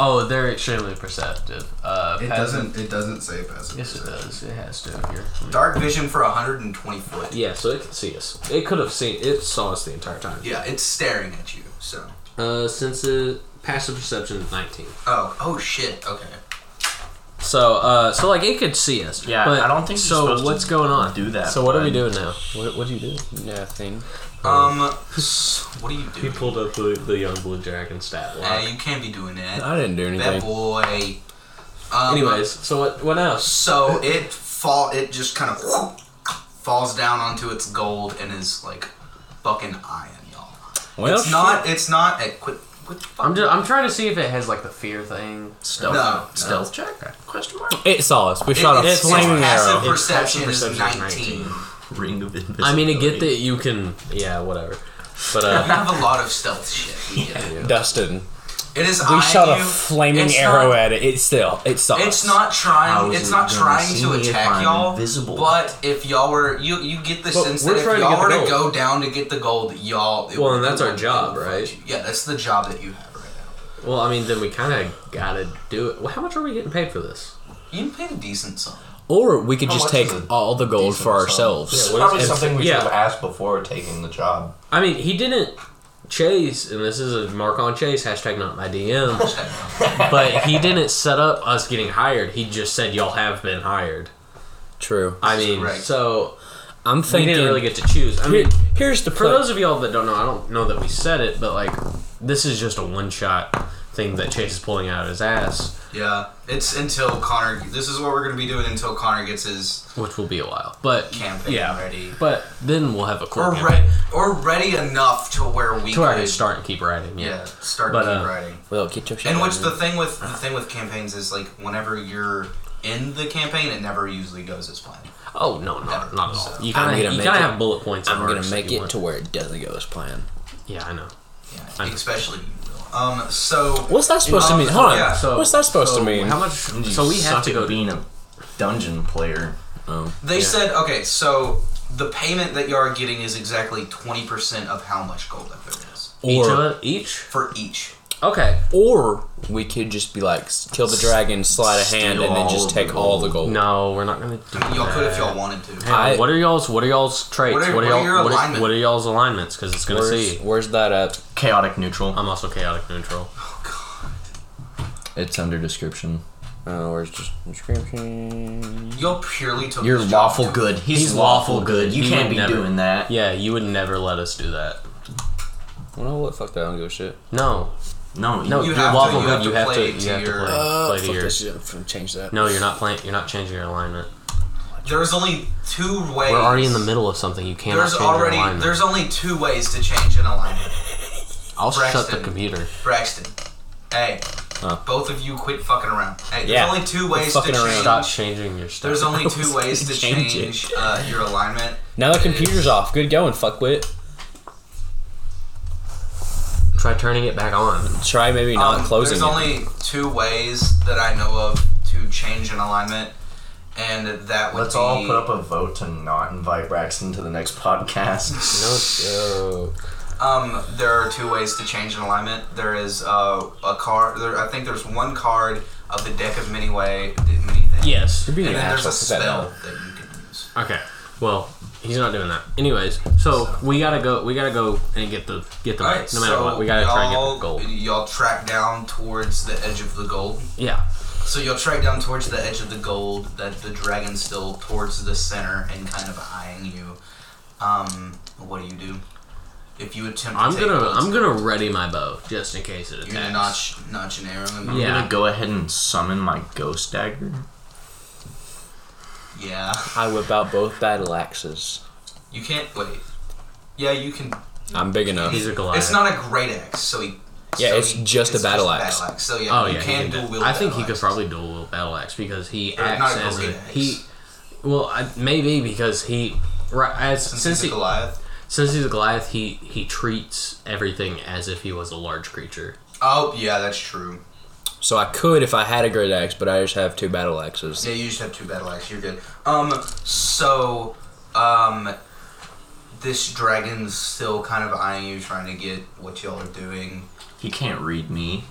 Speaker 4: oh, they're extremely perceptive. Uh,
Speaker 1: it doesn't it doesn't say passive
Speaker 4: Yes, it
Speaker 1: perception
Speaker 4: does. It has to here.
Speaker 1: dark vision for 120 foot
Speaker 4: Yeah, so it can see us. It could have seen. It saw us the entire time.
Speaker 1: yeah it's staring at you so
Speaker 4: Uh, since it, passive perception is nineteen.
Speaker 1: oh oh shit okay
Speaker 4: So, uh, so like it could see us.
Speaker 5: Yeah,
Speaker 4: but-
Speaker 5: I don't think you're supposed to
Speaker 4: So what's going on?
Speaker 5: do that,
Speaker 4: So what are we
Speaker 5: bud.
Speaker 4: doing now?
Speaker 3: What What do you do? Nothing.
Speaker 1: um so what do you do
Speaker 4: He pulled up the, the young blue dragon stat
Speaker 1: Uh,
Speaker 4: block.
Speaker 1: you can't be doing that.
Speaker 3: I didn't do
Speaker 1: that
Speaker 3: anything.
Speaker 1: boy. Um,
Speaker 4: Anyways, so what what else?
Speaker 1: so it fall. It just kind of falls down onto its gold and is like fucking iron, y'all.
Speaker 3: Well,
Speaker 1: It's not. It's not. A, quit. Quit.
Speaker 4: Oh, I'm just I'm trying to see if it has like the fear thing.
Speaker 1: no,
Speaker 4: Stealth.
Speaker 1: no.
Speaker 5: Stealth check? Question mark?
Speaker 3: It saw us. We
Speaker 1: It-
Speaker 3: shot a
Speaker 1: it's,
Speaker 3: flaming
Speaker 1: its
Speaker 3: arrow.
Speaker 1: Passive perception,
Speaker 4: Its passive
Speaker 1: is
Speaker 4: perception is
Speaker 1: 19.
Speaker 4: 19.
Speaker 5: Ring of invisibility.
Speaker 4: I mean, I get that you can. Yeah, whatever. But
Speaker 1: You
Speaker 4: uh,
Speaker 1: have a lot of stealth shit. Yeah.
Speaker 3: Dustin,
Speaker 1: It is.
Speaker 3: we shot a
Speaker 1: you.
Speaker 3: flaming
Speaker 1: It's
Speaker 3: arrow
Speaker 1: not-
Speaker 3: at it. It still, it saw us.
Speaker 1: It's not
Speaker 5: How
Speaker 1: trying.
Speaker 5: is
Speaker 1: It's
Speaker 5: it
Speaker 1: not
Speaker 5: gonna
Speaker 1: trying
Speaker 5: see
Speaker 1: to
Speaker 5: me if
Speaker 1: attack
Speaker 5: I'm
Speaker 1: y'all.
Speaker 5: invisible?
Speaker 1: But if y'all were, you you get the
Speaker 4: But
Speaker 1: sense
Speaker 4: we're
Speaker 1: that if
Speaker 4: trying to
Speaker 1: y'all
Speaker 4: get
Speaker 1: were
Speaker 4: the
Speaker 1: to go
Speaker 4: gold.
Speaker 1: down to get the gold, y'all. it
Speaker 4: Well,
Speaker 1: would-
Speaker 4: and that's
Speaker 1: it
Speaker 4: our
Speaker 1: would-
Speaker 4: job,
Speaker 1: it would
Speaker 4: right?
Speaker 1: fight you. Yeah, that's the job that you have right now.
Speaker 4: well, I mean, then we kind of gotta do it. Well, how much are we getting paid for this?
Speaker 1: You can pay a decent sum.
Speaker 3: Or we
Speaker 4: Oh,
Speaker 3: could
Speaker 1: How
Speaker 3: just
Speaker 1: much
Speaker 3: take
Speaker 1: is it?
Speaker 3: all the gold
Speaker 1: Decent
Speaker 3: for
Speaker 1: sum.
Speaker 3: ourselves.
Speaker 4: what
Speaker 5: Probably
Speaker 4: is-
Speaker 5: something we
Speaker 4: yeah.
Speaker 5: should have asked before taking the job.
Speaker 4: I mean, he didn't chase, and this is a mark on chase hashtag not my DM. but he didn't set up us getting hired. He just said y'all have been hired.
Speaker 3: True.
Speaker 4: I mean,
Speaker 1: Correct.
Speaker 4: so
Speaker 3: I'm
Speaker 4: we
Speaker 3: thinking.
Speaker 4: didn't really get to choose. I mean,
Speaker 3: Here- here's the
Speaker 4: for
Speaker 3: plan.
Speaker 4: those of y'all that don't know, I don't know that we said it, but like, this is just a one shot thing that Chase is pulling out of his ass,
Speaker 1: Yeah, it's until Connor. This is what we're gonna be doing until Connor gets his
Speaker 4: which will be a while. But
Speaker 1: campaign
Speaker 4: yeah,
Speaker 1: ready.
Speaker 4: But then we'll have a cool
Speaker 1: Or
Speaker 4: campaign
Speaker 1: ready, or ready enough to where we
Speaker 4: to where I can
Speaker 1: could-
Speaker 4: start and keep writing. Yeah.
Speaker 1: Yeah, start
Speaker 4: But,
Speaker 1: keep
Speaker 4: uh,
Speaker 1: writing.
Speaker 3: Well, get your shit.
Speaker 1: And which
Speaker 3: on.
Speaker 1: the thing with the thing with campaigns is like whenever you're in the campaign, it never usually goes as planned.
Speaker 4: Oh no, not not at all. You kind
Speaker 3: I'm gonna
Speaker 4: of you
Speaker 3: make
Speaker 4: kind
Speaker 3: it-
Speaker 4: of have bullet points.
Speaker 3: I'm gonna
Speaker 4: marks if
Speaker 3: make
Speaker 4: you
Speaker 3: it
Speaker 4: want.
Speaker 3: to where it doesn't go as planned.
Speaker 4: Yeah, I know.
Speaker 1: Yeah,
Speaker 4: I'm-
Speaker 1: especially you will. Um, so
Speaker 3: What's that supposed
Speaker 1: Um,
Speaker 3: to mean? Hold on.
Speaker 1: yeah,
Speaker 4: So
Speaker 3: What's that supposed
Speaker 4: so
Speaker 3: to mean?
Speaker 4: How much?
Speaker 5: You
Speaker 4: So we have
Speaker 5: suck
Speaker 4: to
Speaker 5: at
Speaker 4: go.
Speaker 5: being a dungeon player.
Speaker 1: they said, okay, so the payment that you are getting is exactly twenty percent of how much gold that there is
Speaker 4: each of
Speaker 3: or,
Speaker 4: us, each.
Speaker 1: for each.
Speaker 4: Okay.
Speaker 3: or we could just be like, s- kill the dragon, slide a hand, and then
Speaker 5: all
Speaker 3: just
Speaker 5: of
Speaker 3: take
Speaker 5: the
Speaker 3: all the gold.
Speaker 4: No, we're not gonna do.
Speaker 1: I mean, y'all could if
Speaker 4: that.
Speaker 1: y'all wanted to.
Speaker 4: Hang on,
Speaker 3: I-
Speaker 4: what are y'all's What are y'all's traits?
Speaker 1: What are-
Speaker 4: What are,
Speaker 1: what are
Speaker 4: y'all?
Speaker 1: your
Speaker 4: what,
Speaker 1: alignment?
Speaker 4: are, what are y'all's alignments? Because it's gonna
Speaker 3: Where's,
Speaker 4: see.
Speaker 3: where's that at?
Speaker 5: Chaotic neutral.
Speaker 4: I'm also chaotic neutral.
Speaker 5: It's under description.
Speaker 3: Uh, where's just description?
Speaker 1: Y'all purely took
Speaker 5: You're
Speaker 1: this job
Speaker 5: lawful
Speaker 1: to-
Speaker 5: good. He's,
Speaker 4: He's
Speaker 5: lawful
Speaker 4: lawful
Speaker 5: good.
Speaker 4: good.
Speaker 5: You
Speaker 4: He
Speaker 5: can't
Speaker 4: would
Speaker 5: be
Speaker 4: never-
Speaker 5: doing that.
Speaker 4: Yeah, you would never let us do that.
Speaker 3: Well, what? Fuck that. I don't give a shit.
Speaker 4: No,
Speaker 5: No,
Speaker 4: no,
Speaker 1: You
Speaker 4: you're
Speaker 1: have to-
Speaker 4: lawful
Speaker 1: you
Speaker 4: good.
Speaker 1: have to
Speaker 4: You have
Speaker 1: play
Speaker 4: to.
Speaker 1: to
Speaker 4: You have to
Speaker 1: your-
Speaker 4: play,
Speaker 3: Uh,
Speaker 4: play to
Speaker 3: fuck
Speaker 4: yours.
Speaker 3: this shit. I'm finna change that.
Speaker 4: No, you're not playing. You're not changing your alignment.
Speaker 1: There's only two ways.
Speaker 4: We're already in the middle of something. You cannot
Speaker 1: There's
Speaker 4: change
Speaker 1: already
Speaker 4: your alignment.
Speaker 1: there's only two ways to change an alignment.
Speaker 4: I'll shut the
Speaker 1: Braxton.
Speaker 4: computer.
Speaker 1: Braxton, hey,
Speaker 3: Huh.
Speaker 1: both of you quit fucking around. Hey, there's
Speaker 3: Yeah.
Speaker 1: only two ways to
Speaker 3: fucking
Speaker 1: change.
Speaker 3: around.
Speaker 4: Stop changing your stuff.
Speaker 1: There's only two ways to
Speaker 3: Change it.
Speaker 1: change uh, your alignment.
Speaker 3: Now the computer's off. Good going. Fuck with it.
Speaker 4: Try turning it back on.
Speaker 3: Try maybe not
Speaker 1: Um,
Speaker 3: closing
Speaker 1: There's
Speaker 3: it.
Speaker 1: only two ways that I know of to change an alignment, and that would
Speaker 5: Let's
Speaker 1: be
Speaker 5: all put up a vote to not invite Braxton to the next podcast.
Speaker 4: No joke.
Speaker 1: Um, there are two ways to change an alignment. There is uh, a card. There, I think there's one card of the deck of many way, many things.
Speaker 4: Yes.
Speaker 3: You're being
Speaker 1: And
Speaker 3: an
Speaker 1: then there's
Speaker 3: asshole.
Speaker 1: a
Speaker 3: Put that
Speaker 1: spell
Speaker 3: down.
Speaker 1: that you can use.
Speaker 4: Okay. Well, he's not doing that. Anyways, so, we gotta go. We gotta go and get the get the
Speaker 1: All
Speaker 4: right. No matter what, we gotta try and get the gold.
Speaker 1: Y'all track down towards the edge of the gold.
Speaker 4: Yeah.
Speaker 1: So you'll track down towards the edge of the gold that the dragon's still towards the center and kind of eyeing you. Um, what do you do? If you attempt,
Speaker 4: I'm
Speaker 1: to take
Speaker 4: gonna
Speaker 1: bullets,
Speaker 4: I'm gonna ready my bow just in case it
Speaker 1: You're gonna
Speaker 4: attacks.
Speaker 1: notch notch an arrow. in-
Speaker 4: Yeah.
Speaker 5: I'm gonna go ahead and summon my ghost dagger.
Speaker 1: Yeah.
Speaker 3: I whip out both battle axes.
Speaker 1: You can't wait. Yeah, you can.
Speaker 3: I'm big enough.
Speaker 4: He's a Goliath.
Speaker 1: It's not a great axe, so he.
Speaker 3: Yeah,
Speaker 1: so
Speaker 3: it's
Speaker 1: he-
Speaker 3: just a battle axe.
Speaker 1: So yeah,
Speaker 4: Oh
Speaker 1: you
Speaker 4: yeah, he
Speaker 1: can
Speaker 4: can
Speaker 1: dual
Speaker 4: do-
Speaker 1: wield.
Speaker 4: I think
Speaker 1: battle
Speaker 4: he could
Speaker 1: axes.
Speaker 4: probably dual wield battle axe because he
Speaker 1: Or not
Speaker 4: acts
Speaker 1: a
Speaker 4: as a,
Speaker 1: great axe.
Speaker 4: he. Well, I, maybe because he right as
Speaker 1: Since,
Speaker 4: since,
Speaker 1: he's
Speaker 4: he
Speaker 1: a Goliath.
Speaker 4: since he's a Goliath, he he treats everything as if he was a large creature.
Speaker 1: Oh yeah, that's true.
Speaker 3: So I could if I had a great axe, but I just have two battle axes.
Speaker 1: Yeah, you just have two battle axes. You're good. Um, so, um, this dragon's still kind of eyeing you, trying to get what y'all are doing.
Speaker 5: He can't read me.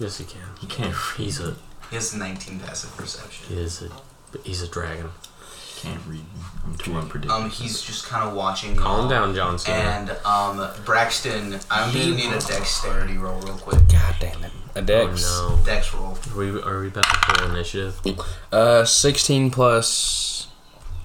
Speaker 4: Yes, he can.
Speaker 5: He can't read.
Speaker 4: He's a
Speaker 1: He has 19 passive perception.
Speaker 4: he's a he's a dragon.
Speaker 5: Can't read. me. I'm too unpredictable.
Speaker 1: Um, he's just kind of watching.
Speaker 4: Calm
Speaker 1: y'all.
Speaker 4: down, John Cena.
Speaker 1: And um, Braxton, I'm gonna need a dexterity roll real quick.
Speaker 3: God damn it. A dex.
Speaker 4: Oh
Speaker 1: Dex roll.
Speaker 4: no, are we are we back to full initiative?
Speaker 3: Uh, 16 plus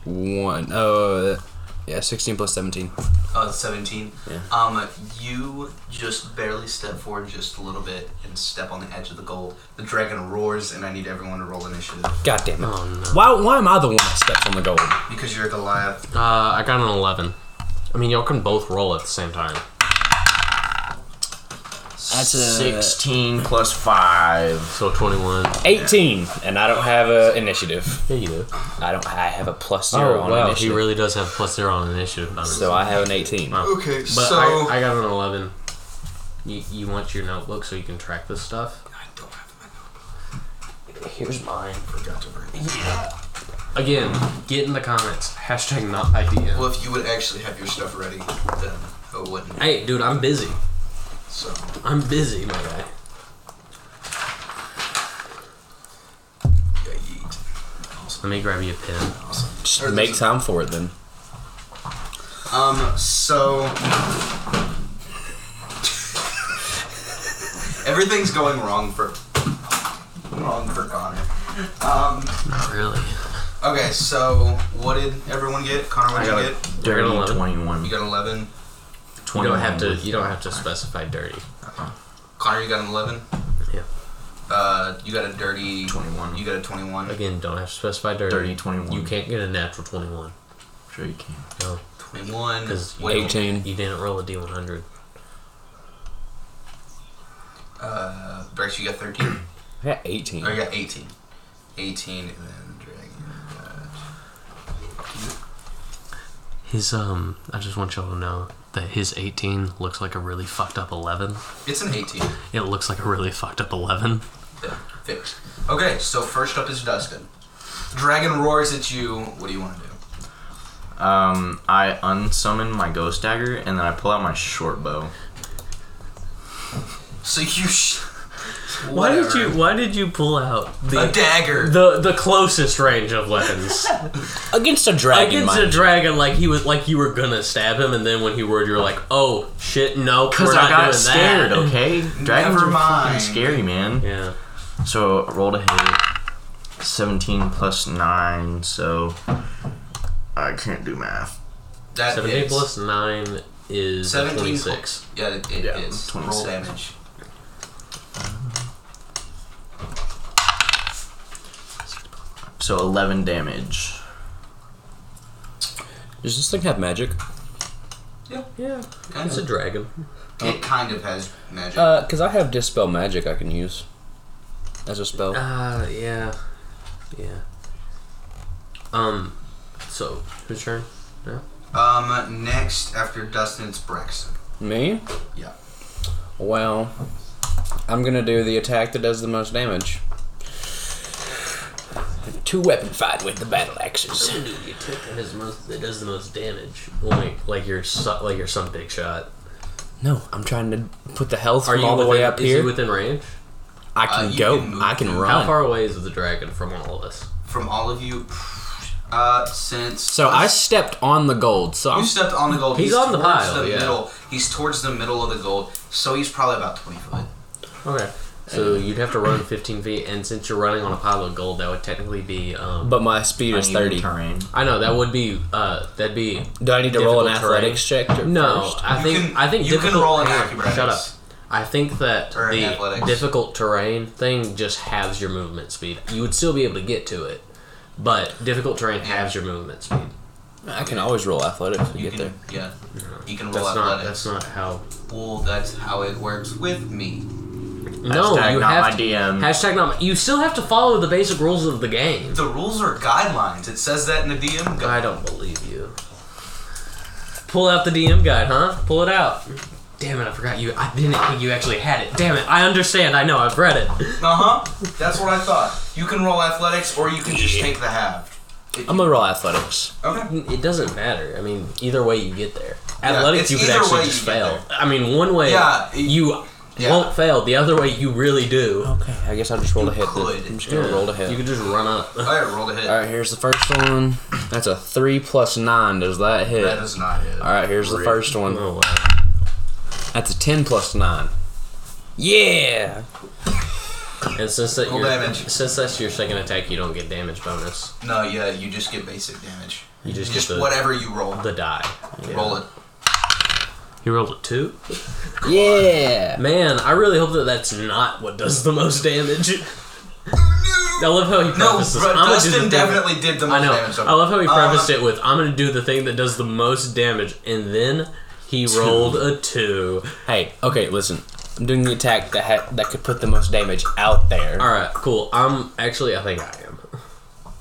Speaker 3: 1. Oh, uh, yeah, 16 plus 17.
Speaker 1: Uh, 17.
Speaker 3: Yeah.
Speaker 1: Um, you just barely step forward just a little bit and step on the edge of the gold. The dragon roars, and I need everyone to roll initiative
Speaker 3: God damn it.
Speaker 4: Oh no.
Speaker 3: Why, why am I the one that steps on the gold?
Speaker 1: because you're a Goliath.
Speaker 4: Uh, I got an eleven. I mean, y'all can both roll at the same time.
Speaker 3: That's
Speaker 4: Uh,
Speaker 3: a-
Speaker 5: sixteen plus five.
Speaker 4: So twenty-one.
Speaker 3: 18, and I don't have a initiative.
Speaker 4: Yeah, you do.
Speaker 3: I don't. I have a plus zero
Speaker 4: Oh
Speaker 3: on
Speaker 4: wow, he
Speaker 3: initiative.
Speaker 4: really does have plus zero on initiative. bonus.
Speaker 3: so I have an 18.
Speaker 4: Wow.
Speaker 1: Okay,
Speaker 4: But
Speaker 1: so
Speaker 4: I, I got an 11. You, you want your notebook so you can track this stuff?
Speaker 1: don't have my notebook.
Speaker 4: Here's mine.
Speaker 1: Forgot to bring. it.
Speaker 4: Again, get in the comments. Hashtag not idea.
Speaker 1: Well, if you would actually have your stuff ready, then oh, I wouldn't.
Speaker 4: Hey, dude, I'm busy.
Speaker 1: So
Speaker 4: I'm busy, my guy.
Speaker 1: yeah, yeet.
Speaker 4: Let me grab you a pen.
Speaker 1: Awesome.
Speaker 3: Just
Speaker 1: Or there's
Speaker 3: make
Speaker 1: a-
Speaker 3: time for it then.
Speaker 1: Um, so. Everything's going wrong for. Wrong for Connor. Um,
Speaker 4: Not really.
Speaker 1: okay, so what did everyone get? Connor, what
Speaker 5: I
Speaker 1: did
Speaker 5: got
Speaker 1: you
Speaker 5: a
Speaker 1: get?
Speaker 5: dirty
Speaker 4: You're gonna love it.
Speaker 5: twenty-one.
Speaker 1: You got 11.
Speaker 4: You don't have to.
Speaker 5: 21.
Speaker 4: You don't have to specify dirty.
Speaker 1: Connor, you got an 11.
Speaker 4: Yeah.
Speaker 1: Uh, you got a dirty.
Speaker 5: 21.
Speaker 1: You got a 21.
Speaker 4: Again, don't have to specify dirty.
Speaker 5: Dirty 21.
Speaker 4: You can't get a natural twenty-one.
Speaker 5: Sure you can.
Speaker 4: No,
Speaker 1: 21.
Speaker 4: because you,
Speaker 1: Wait,
Speaker 4: don't-
Speaker 3: 18.
Speaker 4: you didn't roll a D one hundred.
Speaker 1: Uh, Brex, you got 13.
Speaker 3: I got 18.
Speaker 1: Oh, you got 18. 18, and then Dragon. got-
Speaker 4: His um, I just want y'all to know that his eighteen looks like a really fucked up eleven.
Speaker 1: It's an 18.
Speaker 4: It looks like a really fucked up eleven.
Speaker 1: Yeah, fixed. Okay, so first up is Dustin. Dragon roars at you. What do you want to do?
Speaker 5: Um, I unsummon my ghost dagger and then I pull out my short bow.
Speaker 1: So you. Sh-
Speaker 4: Why did
Speaker 1: whatever.
Speaker 4: you Why did you pull out
Speaker 1: A
Speaker 4: the
Speaker 1: dagger.
Speaker 4: the the closest range of weapons
Speaker 3: Against a dragon.
Speaker 4: against
Speaker 3: mind
Speaker 4: a
Speaker 3: you.
Speaker 4: dragon? Like he was like you were gonna stab him, and then when he roared, you were like, "Oh shit, no!"
Speaker 5: Cause
Speaker 4: we're
Speaker 5: I
Speaker 4: not
Speaker 5: got
Speaker 4: doing
Speaker 5: scared.
Speaker 4: That.
Speaker 5: Okay, dragons
Speaker 1: Never
Speaker 5: are fucking
Speaker 1: mind.
Speaker 5: scary, man.
Speaker 4: Yeah.
Speaker 5: So I rolled a hit. Seventeen plus nine, so I can't do math.
Speaker 1: That
Speaker 4: Seventeen
Speaker 1: hits.
Speaker 4: plus nine is
Speaker 1: 17
Speaker 4: twenty six.
Speaker 1: Yeah, it, it
Speaker 5: Yeah,
Speaker 1: is.
Speaker 5: 26.
Speaker 1: Roll damage.
Speaker 5: So eleven damage.
Speaker 3: Does this thing have magic?
Speaker 4: Yeah,
Speaker 1: Kind
Speaker 4: it's a
Speaker 1: of.
Speaker 4: dragon.
Speaker 1: it kind of has magic.
Speaker 3: Uh, cause I have dispel magic I can use as a spell.
Speaker 4: Uh, yeah, yeah. Um, so whose turn?
Speaker 1: um, next after Dustin, it's Braxton.
Speaker 3: Me?
Speaker 1: Yeah.
Speaker 3: Well, I'm gonna do the attack that does the most damage. Two weapon fight with the battle axes.
Speaker 4: Dude, you took that does the most, that does the most damage. Like like you're so, like you're some big shot.
Speaker 3: No, I'm trying to put the health
Speaker 4: Are
Speaker 3: from
Speaker 4: you
Speaker 3: all the
Speaker 4: within-
Speaker 3: way up
Speaker 4: is
Speaker 3: here.
Speaker 4: he within range?
Speaker 3: I
Speaker 1: Uh,
Speaker 3: can
Speaker 1: you
Speaker 3: go.
Speaker 1: can move
Speaker 3: I can
Speaker 1: through.
Speaker 3: run.
Speaker 4: How far away is the dragon from all of us?
Speaker 1: From all of you, uh, since
Speaker 3: So I stepped on the gold. So
Speaker 1: you
Speaker 3: I'm,
Speaker 1: stepped on the gold.
Speaker 4: He's on the
Speaker 1: towards
Speaker 4: pile,
Speaker 1: The
Speaker 4: yeah.
Speaker 1: middle. He's towards the middle of the gold, so he's probably about twenty
Speaker 4: Oh,
Speaker 1: foot.
Speaker 4: Okay. So you'd have to run 15 feet, and since you're running on a pile of gold, that would technically be. Um,
Speaker 3: but my speed is
Speaker 5: Uneven
Speaker 3: thirty.
Speaker 5: terrain.
Speaker 4: I know that would be. Uh, that'd be.
Speaker 3: Do I need to roll an
Speaker 4: Difficult terrain.
Speaker 3: athletics check? or
Speaker 4: No,
Speaker 3: first?
Speaker 4: I
Speaker 1: You
Speaker 4: think
Speaker 1: can-
Speaker 4: I think
Speaker 1: you can
Speaker 4: difficult-
Speaker 1: roll an
Speaker 4: hang on,
Speaker 1: acrobatics.
Speaker 4: Shut up. I think that
Speaker 1: Or an
Speaker 4: the
Speaker 1: athletics.
Speaker 4: difficult terrain thing just halves your movement speed. You would still be able to get to it, but difficult terrain halves your movement speed.
Speaker 3: I can always roll athletics to
Speaker 1: You can,
Speaker 3: get there.
Speaker 1: yeah. You can roll
Speaker 4: That's not.
Speaker 1: athletics.
Speaker 4: That's not how.
Speaker 1: Well, that's how it works with me.
Speaker 4: No,
Speaker 5: Hashtag
Speaker 4: Oh, you
Speaker 5: not
Speaker 4: have
Speaker 5: my
Speaker 4: to,
Speaker 5: DM.
Speaker 4: hashtag not. my- You still have to follow the basic rules of the game.
Speaker 1: The rules are guidelines. It says that in the DM
Speaker 4: I
Speaker 1: guide.
Speaker 4: don't believe you. Pull out the DM guide, huh? Pull it out. Damn it, I forgot you. I didn't think you actually had it. Damn it, I understand. I know, I've read it.
Speaker 1: Uh huh. That's what I thought. You can roll athletics, or you can just take the half.
Speaker 3: I'm gonna roll athletics.
Speaker 1: Okay.
Speaker 4: It doesn't matter. I mean, either way you get there.
Speaker 1: Yeah, it's
Speaker 4: Athletics, you could
Speaker 1: either
Speaker 4: actually
Speaker 1: way
Speaker 4: just
Speaker 1: you get
Speaker 4: fail. I mean, one way
Speaker 1: Yeah, it-
Speaker 4: you
Speaker 1: yeah.
Speaker 4: won't fail. The other way you really do.
Speaker 3: Okay, I guess I'll just roll a hit. then.
Speaker 1: could.
Speaker 3: I'm just gonna
Speaker 4: Yeah.
Speaker 3: roll a hit.
Speaker 4: You could just run up.
Speaker 1: All right, roll to hit.
Speaker 3: All right, here's the first one. That's a three plus nine. Does that hit?
Speaker 1: That is not it.
Speaker 3: All right, here's the first one.
Speaker 4: Oh wow.
Speaker 3: That's a ten plus nine. Yeah.
Speaker 4: And since that
Speaker 1: Roll
Speaker 4: your,
Speaker 1: damage.
Speaker 4: since that's your second attack, you don't get damage bonus.
Speaker 1: No, yeah, you just get basic damage.
Speaker 4: You just,
Speaker 1: Just
Speaker 4: get the,
Speaker 1: whatever you roll.
Speaker 4: the die.
Speaker 1: Roll it.
Speaker 4: You rolled a two.
Speaker 3: Yeah.
Speaker 4: Man, I really hope that that's not what does the most damage. I love how he
Speaker 1: No,
Speaker 4: prefaced this.
Speaker 1: bro,
Speaker 4: I'm gonna do the
Speaker 1: Dustin
Speaker 4: thing-
Speaker 1: definitely did the most
Speaker 4: I know.
Speaker 1: damage.
Speaker 4: I love how he
Speaker 1: Uh,
Speaker 4: prefaced it with, "I'm gonna do the thing that does the most damage," and then he rolled a two.
Speaker 3: Hey. Okay. Listen. I'm doing the attack that ha- that could put the most damage out there.
Speaker 4: All right, cool. I'm actually, I think I am.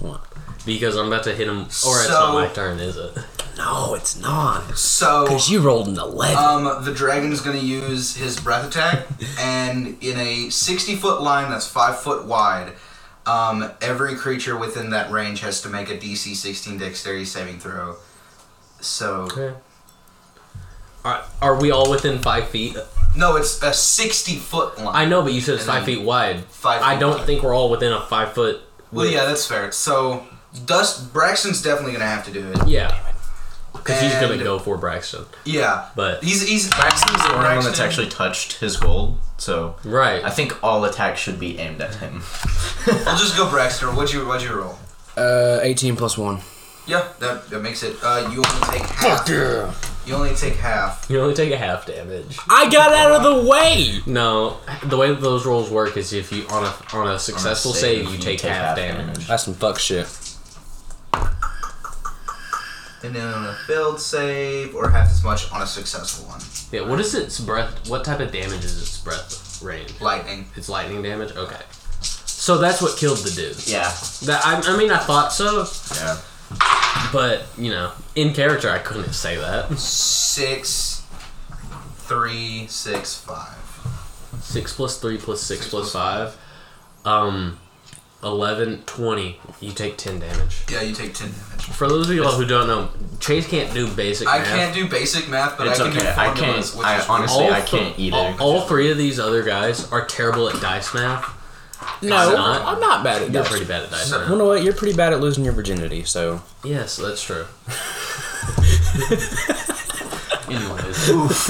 Speaker 3: What?
Speaker 4: Because I'm about to hit him. Or it's
Speaker 1: So-
Speaker 4: not my turn, is it?
Speaker 3: No, it's not.
Speaker 1: So,
Speaker 3: Cause you rolled an eleven.
Speaker 1: um, the dragon's gonna use his breath attack, and in a 60 foot line that's 5 foot wide, um, every creature within that range has to make a DC 16 dexterity saving throw. So,
Speaker 4: Okay. Are, are we all within five feet?
Speaker 1: no, it's a 60 foot line.
Speaker 4: I know, but you said it's
Speaker 1: And
Speaker 4: five
Speaker 1: then
Speaker 4: feet wide.
Speaker 1: five
Speaker 4: I
Speaker 1: feet
Speaker 4: don't
Speaker 1: wide.
Speaker 4: think we're all within a five foot.
Speaker 1: Well,
Speaker 4: width.
Speaker 1: yeah, that's fair. So, Dust Braxton's definitely gonna have to do it.
Speaker 4: Yeah. Because he's gonna
Speaker 1: And-
Speaker 4: go for Braxton.
Speaker 1: Yeah,
Speaker 4: But-
Speaker 1: he's he's Braxton's
Speaker 5: The only one that's actually touched his gold, so
Speaker 4: Right.
Speaker 5: I think all attacks should be aimed at him.
Speaker 1: I'll just go Braxton. What'd you what'd you roll?
Speaker 3: Uh, eighteen plus one.
Speaker 1: Yeah, that, that makes it. Uh, you only take half.
Speaker 3: yeah.
Speaker 1: You only take half.
Speaker 4: You only take a half damage.
Speaker 3: I got out of the way.
Speaker 4: No, the way that those rolls work is if you on a on a successful save, you take, half, damage.
Speaker 3: That's some fuck shit.
Speaker 1: And then on a failed save, or half as much on a successful one.
Speaker 4: Yeah. What is its breath? What type of damage is its breath range?
Speaker 1: Lightning.
Speaker 4: It's lightning damage. Okay. So that's what killed the dude.
Speaker 5: Yeah,
Speaker 4: That I, I mean, I thought so,
Speaker 5: yeah.
Speaker 4: but you know, in character, I couldn't say that.
Speaker 1: Six, three, six, five.
Speaker 4: Six plus three plus six, plus five, um, 11, 20. You take ten damage.
Speaker 1: Yeah, you take ten damage.
Speaker 4: For those of y'all who don't know, Chase can't do basic.
Speaker 1: I
Speaker 4: math.
Speaker 1: can't do basic math, but
Speaker 5: It's
Speaker 1: I can do
Speaker 5: okay, I
Speaker 1: formulas.
Speaker 5: can't-
Speaker 1: which
Speaker 5: I
Speaker 1: is
Speaker 5: honestly-
Speaker 1: really-
Speaker 5: I
Speaker 4: th-
Speaker 5: can't either.
Speaker 4: All, all three of these other guys are terrible at dice math.
Speaker 3: No,
Speaker 4: I'm not.
Speaker 3: I'm not bad at
Speaker 4: You're
Speaker 3: that.
Speaker 4: pretty bad at dice
Speaker 3: You
Speaker 4: math.
Speaker 3: know what? You're pretty bad at losing your virginity, so
Speaker 4: Yes, that's true. Anyways, Oof.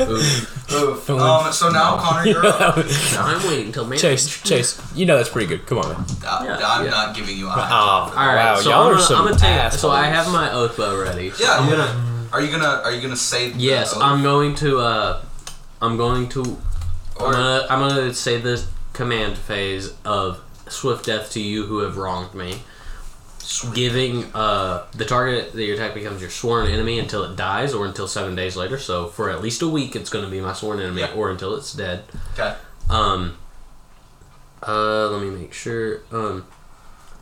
Speaker 1: Oof. Um, so now Connor, you're up.
Speaker 4: I'm waiting till May.
Speaker 3: Chase, Chase, you know that's pretty good. Come on, man.
Speaker 1: Uh,
Speaker 4: Yeah,
Speaker 1: I'm
Speaker 4: yeah.
Speaker 1: not giving you a high.
Speaker 4: All
Speaker 3: Oh,
Speaker 4: right,
Speaker 3: wow,
Speaker 4: so
Speaker 3: y'all
Speaker 4: I'm
Speaker 3: are
Speaker 4: gonna,
Speaker 3: some
Speaker 4: I'm gonna take.
Speaker 3: assholes.
Speaker 4: So I have my oath bow ready.
Speaker 1: Yeah, I'm gonna. Are you gonna? Are you gonna say? the
Speaker 4: Yes,
Speaker 1: oath?
Speaker 4: I'm going to. uh I'm going to. I'm
Speaker 1: Or-
Speaker 4: gonna, I'm gonna say the command phase of swift death to you who have wronged me. Giving uh, the target that your attack becomes your sworn enemy until it dies or until seven days later. So for at least a week, it's going to be my sworn enemy
Speaker 1: Yeah.
Speaker 4: or until it's dead.
Speaker 1: Okay.
Speaker 4: Um, uh, let me make sure. Um,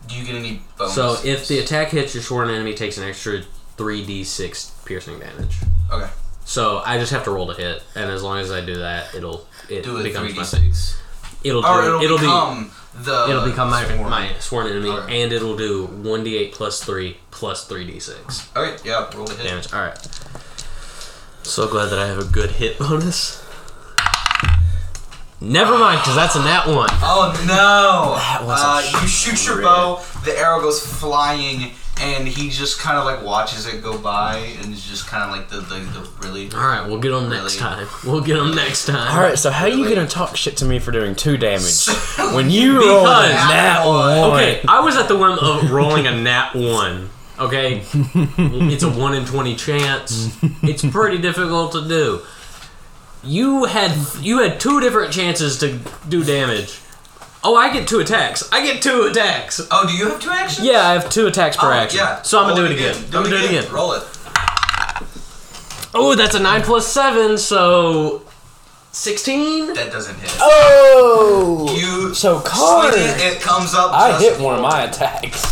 Speaker 1: Do you get any bonus?
Speaker 4: so if the attack hits, your sworn enemy takes an extra three d six piercing damage.
Speaker 1: okay.
Speaker 4: So I just have to roll to hit, and as long as I do that, it'll it
Speaker 1: Do a three
Speaker 4: becomes
Speaker 1: d
Speaker 4: my thing.
Speaker 1: six,
Speaker 4: It'll do,
Speaker 1: or
Speaker 4: it'll,
Speaker 1: it'll,
Speaker 4: be
Speaker 1: become the
Speaker 4: it'll become my
Speaker 1: swarm.
Speaker 4: my sworn enemy,
Speaker 1: Okay.
Speaker 4: and it'll do one d eight plus three plus three d six
Speaker 1: Okay, yeah, roll to hit.
Speaker 4: damage. All right. So glad that I have a good hit bonus. Never mind, because that's a nat one.
Speaker 1: Oh no!
Speaker 4: That was a
Speaker 1: uh, you shoot your
Speaker 4: crit.
Speaker 1: bow, the arrow goes flying, and he just kind of like watches it go by, and is just kind of like the, the, the really.
Speaker 4: All right, we'll get them next
Speaker 1: Really?
Speaker 4: time. We'll get them next time.
Speaker 3: All right, so how are you
Speaker 1: Really?
Speaker 3: gonna talk shit to me for doing two damage when you rolled
Speaker 4: Because-
Speaker 3: that one?
Speaker 4: Okay, I was at the whim of rolling a nat one. Okay, it's a one in twenty chance. It's pretty difficult to do. You had you had two different chances to do damage. Oh, I get two attacks. I get two attacks.
Speaker 1: Oh, do you have two actions?
Speaker 4: Yeah, I have two attacks per
Speaker 1: Oh,
Speaker 4: action.
Speaker 1: yeah.
Speaker 4: So I'm gonna
Speaker 1: Roll
Speaker 4: do it again.
Speaker 1: Do
Speaker 4: I'm gonna
Speaker 1: it again.
Speaker 4: do it again.
Speaker 1: Roll it.
Speaker 4: Oh, that's a nine plus seven, so sixteen.
Speaker 1: That doesn't hit.
Speaker 3: Oh,
Speaker 1: You
Speaker 3: So,
Speaker 1: swing
Speaker 3: Connor-
Speaker 1: it. It comes up.
Speaker 3: I
Speaker 1: just,
Speaker 3: hit one of my attacks.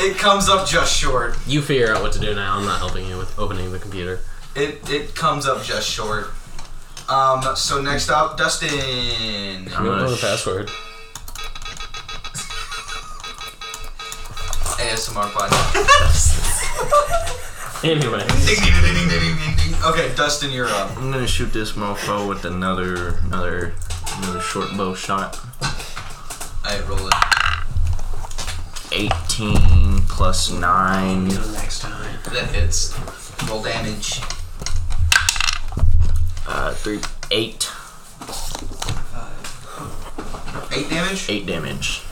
Speaker 1: It comes up just short.
Speaker 4: You figure out what to do now. I'm not helping you with opening the computer.
Speaker 1: It it comes up just short. Um. So next up, Dustin.
Speaker 5: I'm gonna sh-
Speaker 4: password.
Speaker 1: ASMR podcast.
Speaker 4: Anyway.
Speaker 1: ding, ding, ding, ding, ding, ding, ding, ding. Okay, Dustin, you're up.
Speaker 5: I'm gonna shoot this mofo with another another another short bow shot.
Speaker 1: I roll it.
Speaker 5: 18 plus 9.
Speaker 4: Next time.
Speaker 1: That hits. Roll damage.
Speaker 5: Uh, three, eight,
Speaker 1: Eight damage.
Speaker 5: eight damage.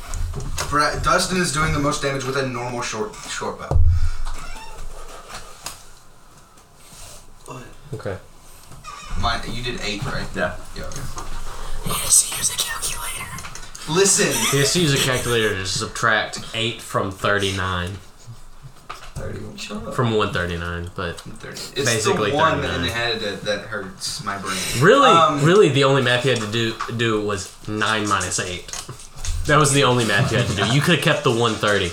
Speaker 1: Bra- Dustin is doing the most damage with a normal short short bow.
Speaker 4: Okay.
Speaker 1: Mine, you did eight, right?
Speaker 5: Yeah.
Speaker 1: Yeah. Okay. Yes, use a calculator. Listen.
Speaker 4: Just use a calculator to subtract 8 from 39.
Speaker 1: Thirty-one. Shut up.
Speaker 4: From 139, but.
Speaker 1: Thirty. It's
Speaker 4: Basically
Speaker 1: the one
Speaker 4: 39.
Speaker 1: in the head that, that hurts my brain.
Speaker 4: Really,
Speaker 1: Um,
Speaker 4: really, the only math you had to do do was 9 minus 8. That was the only math you had to do. You could have kept the 130.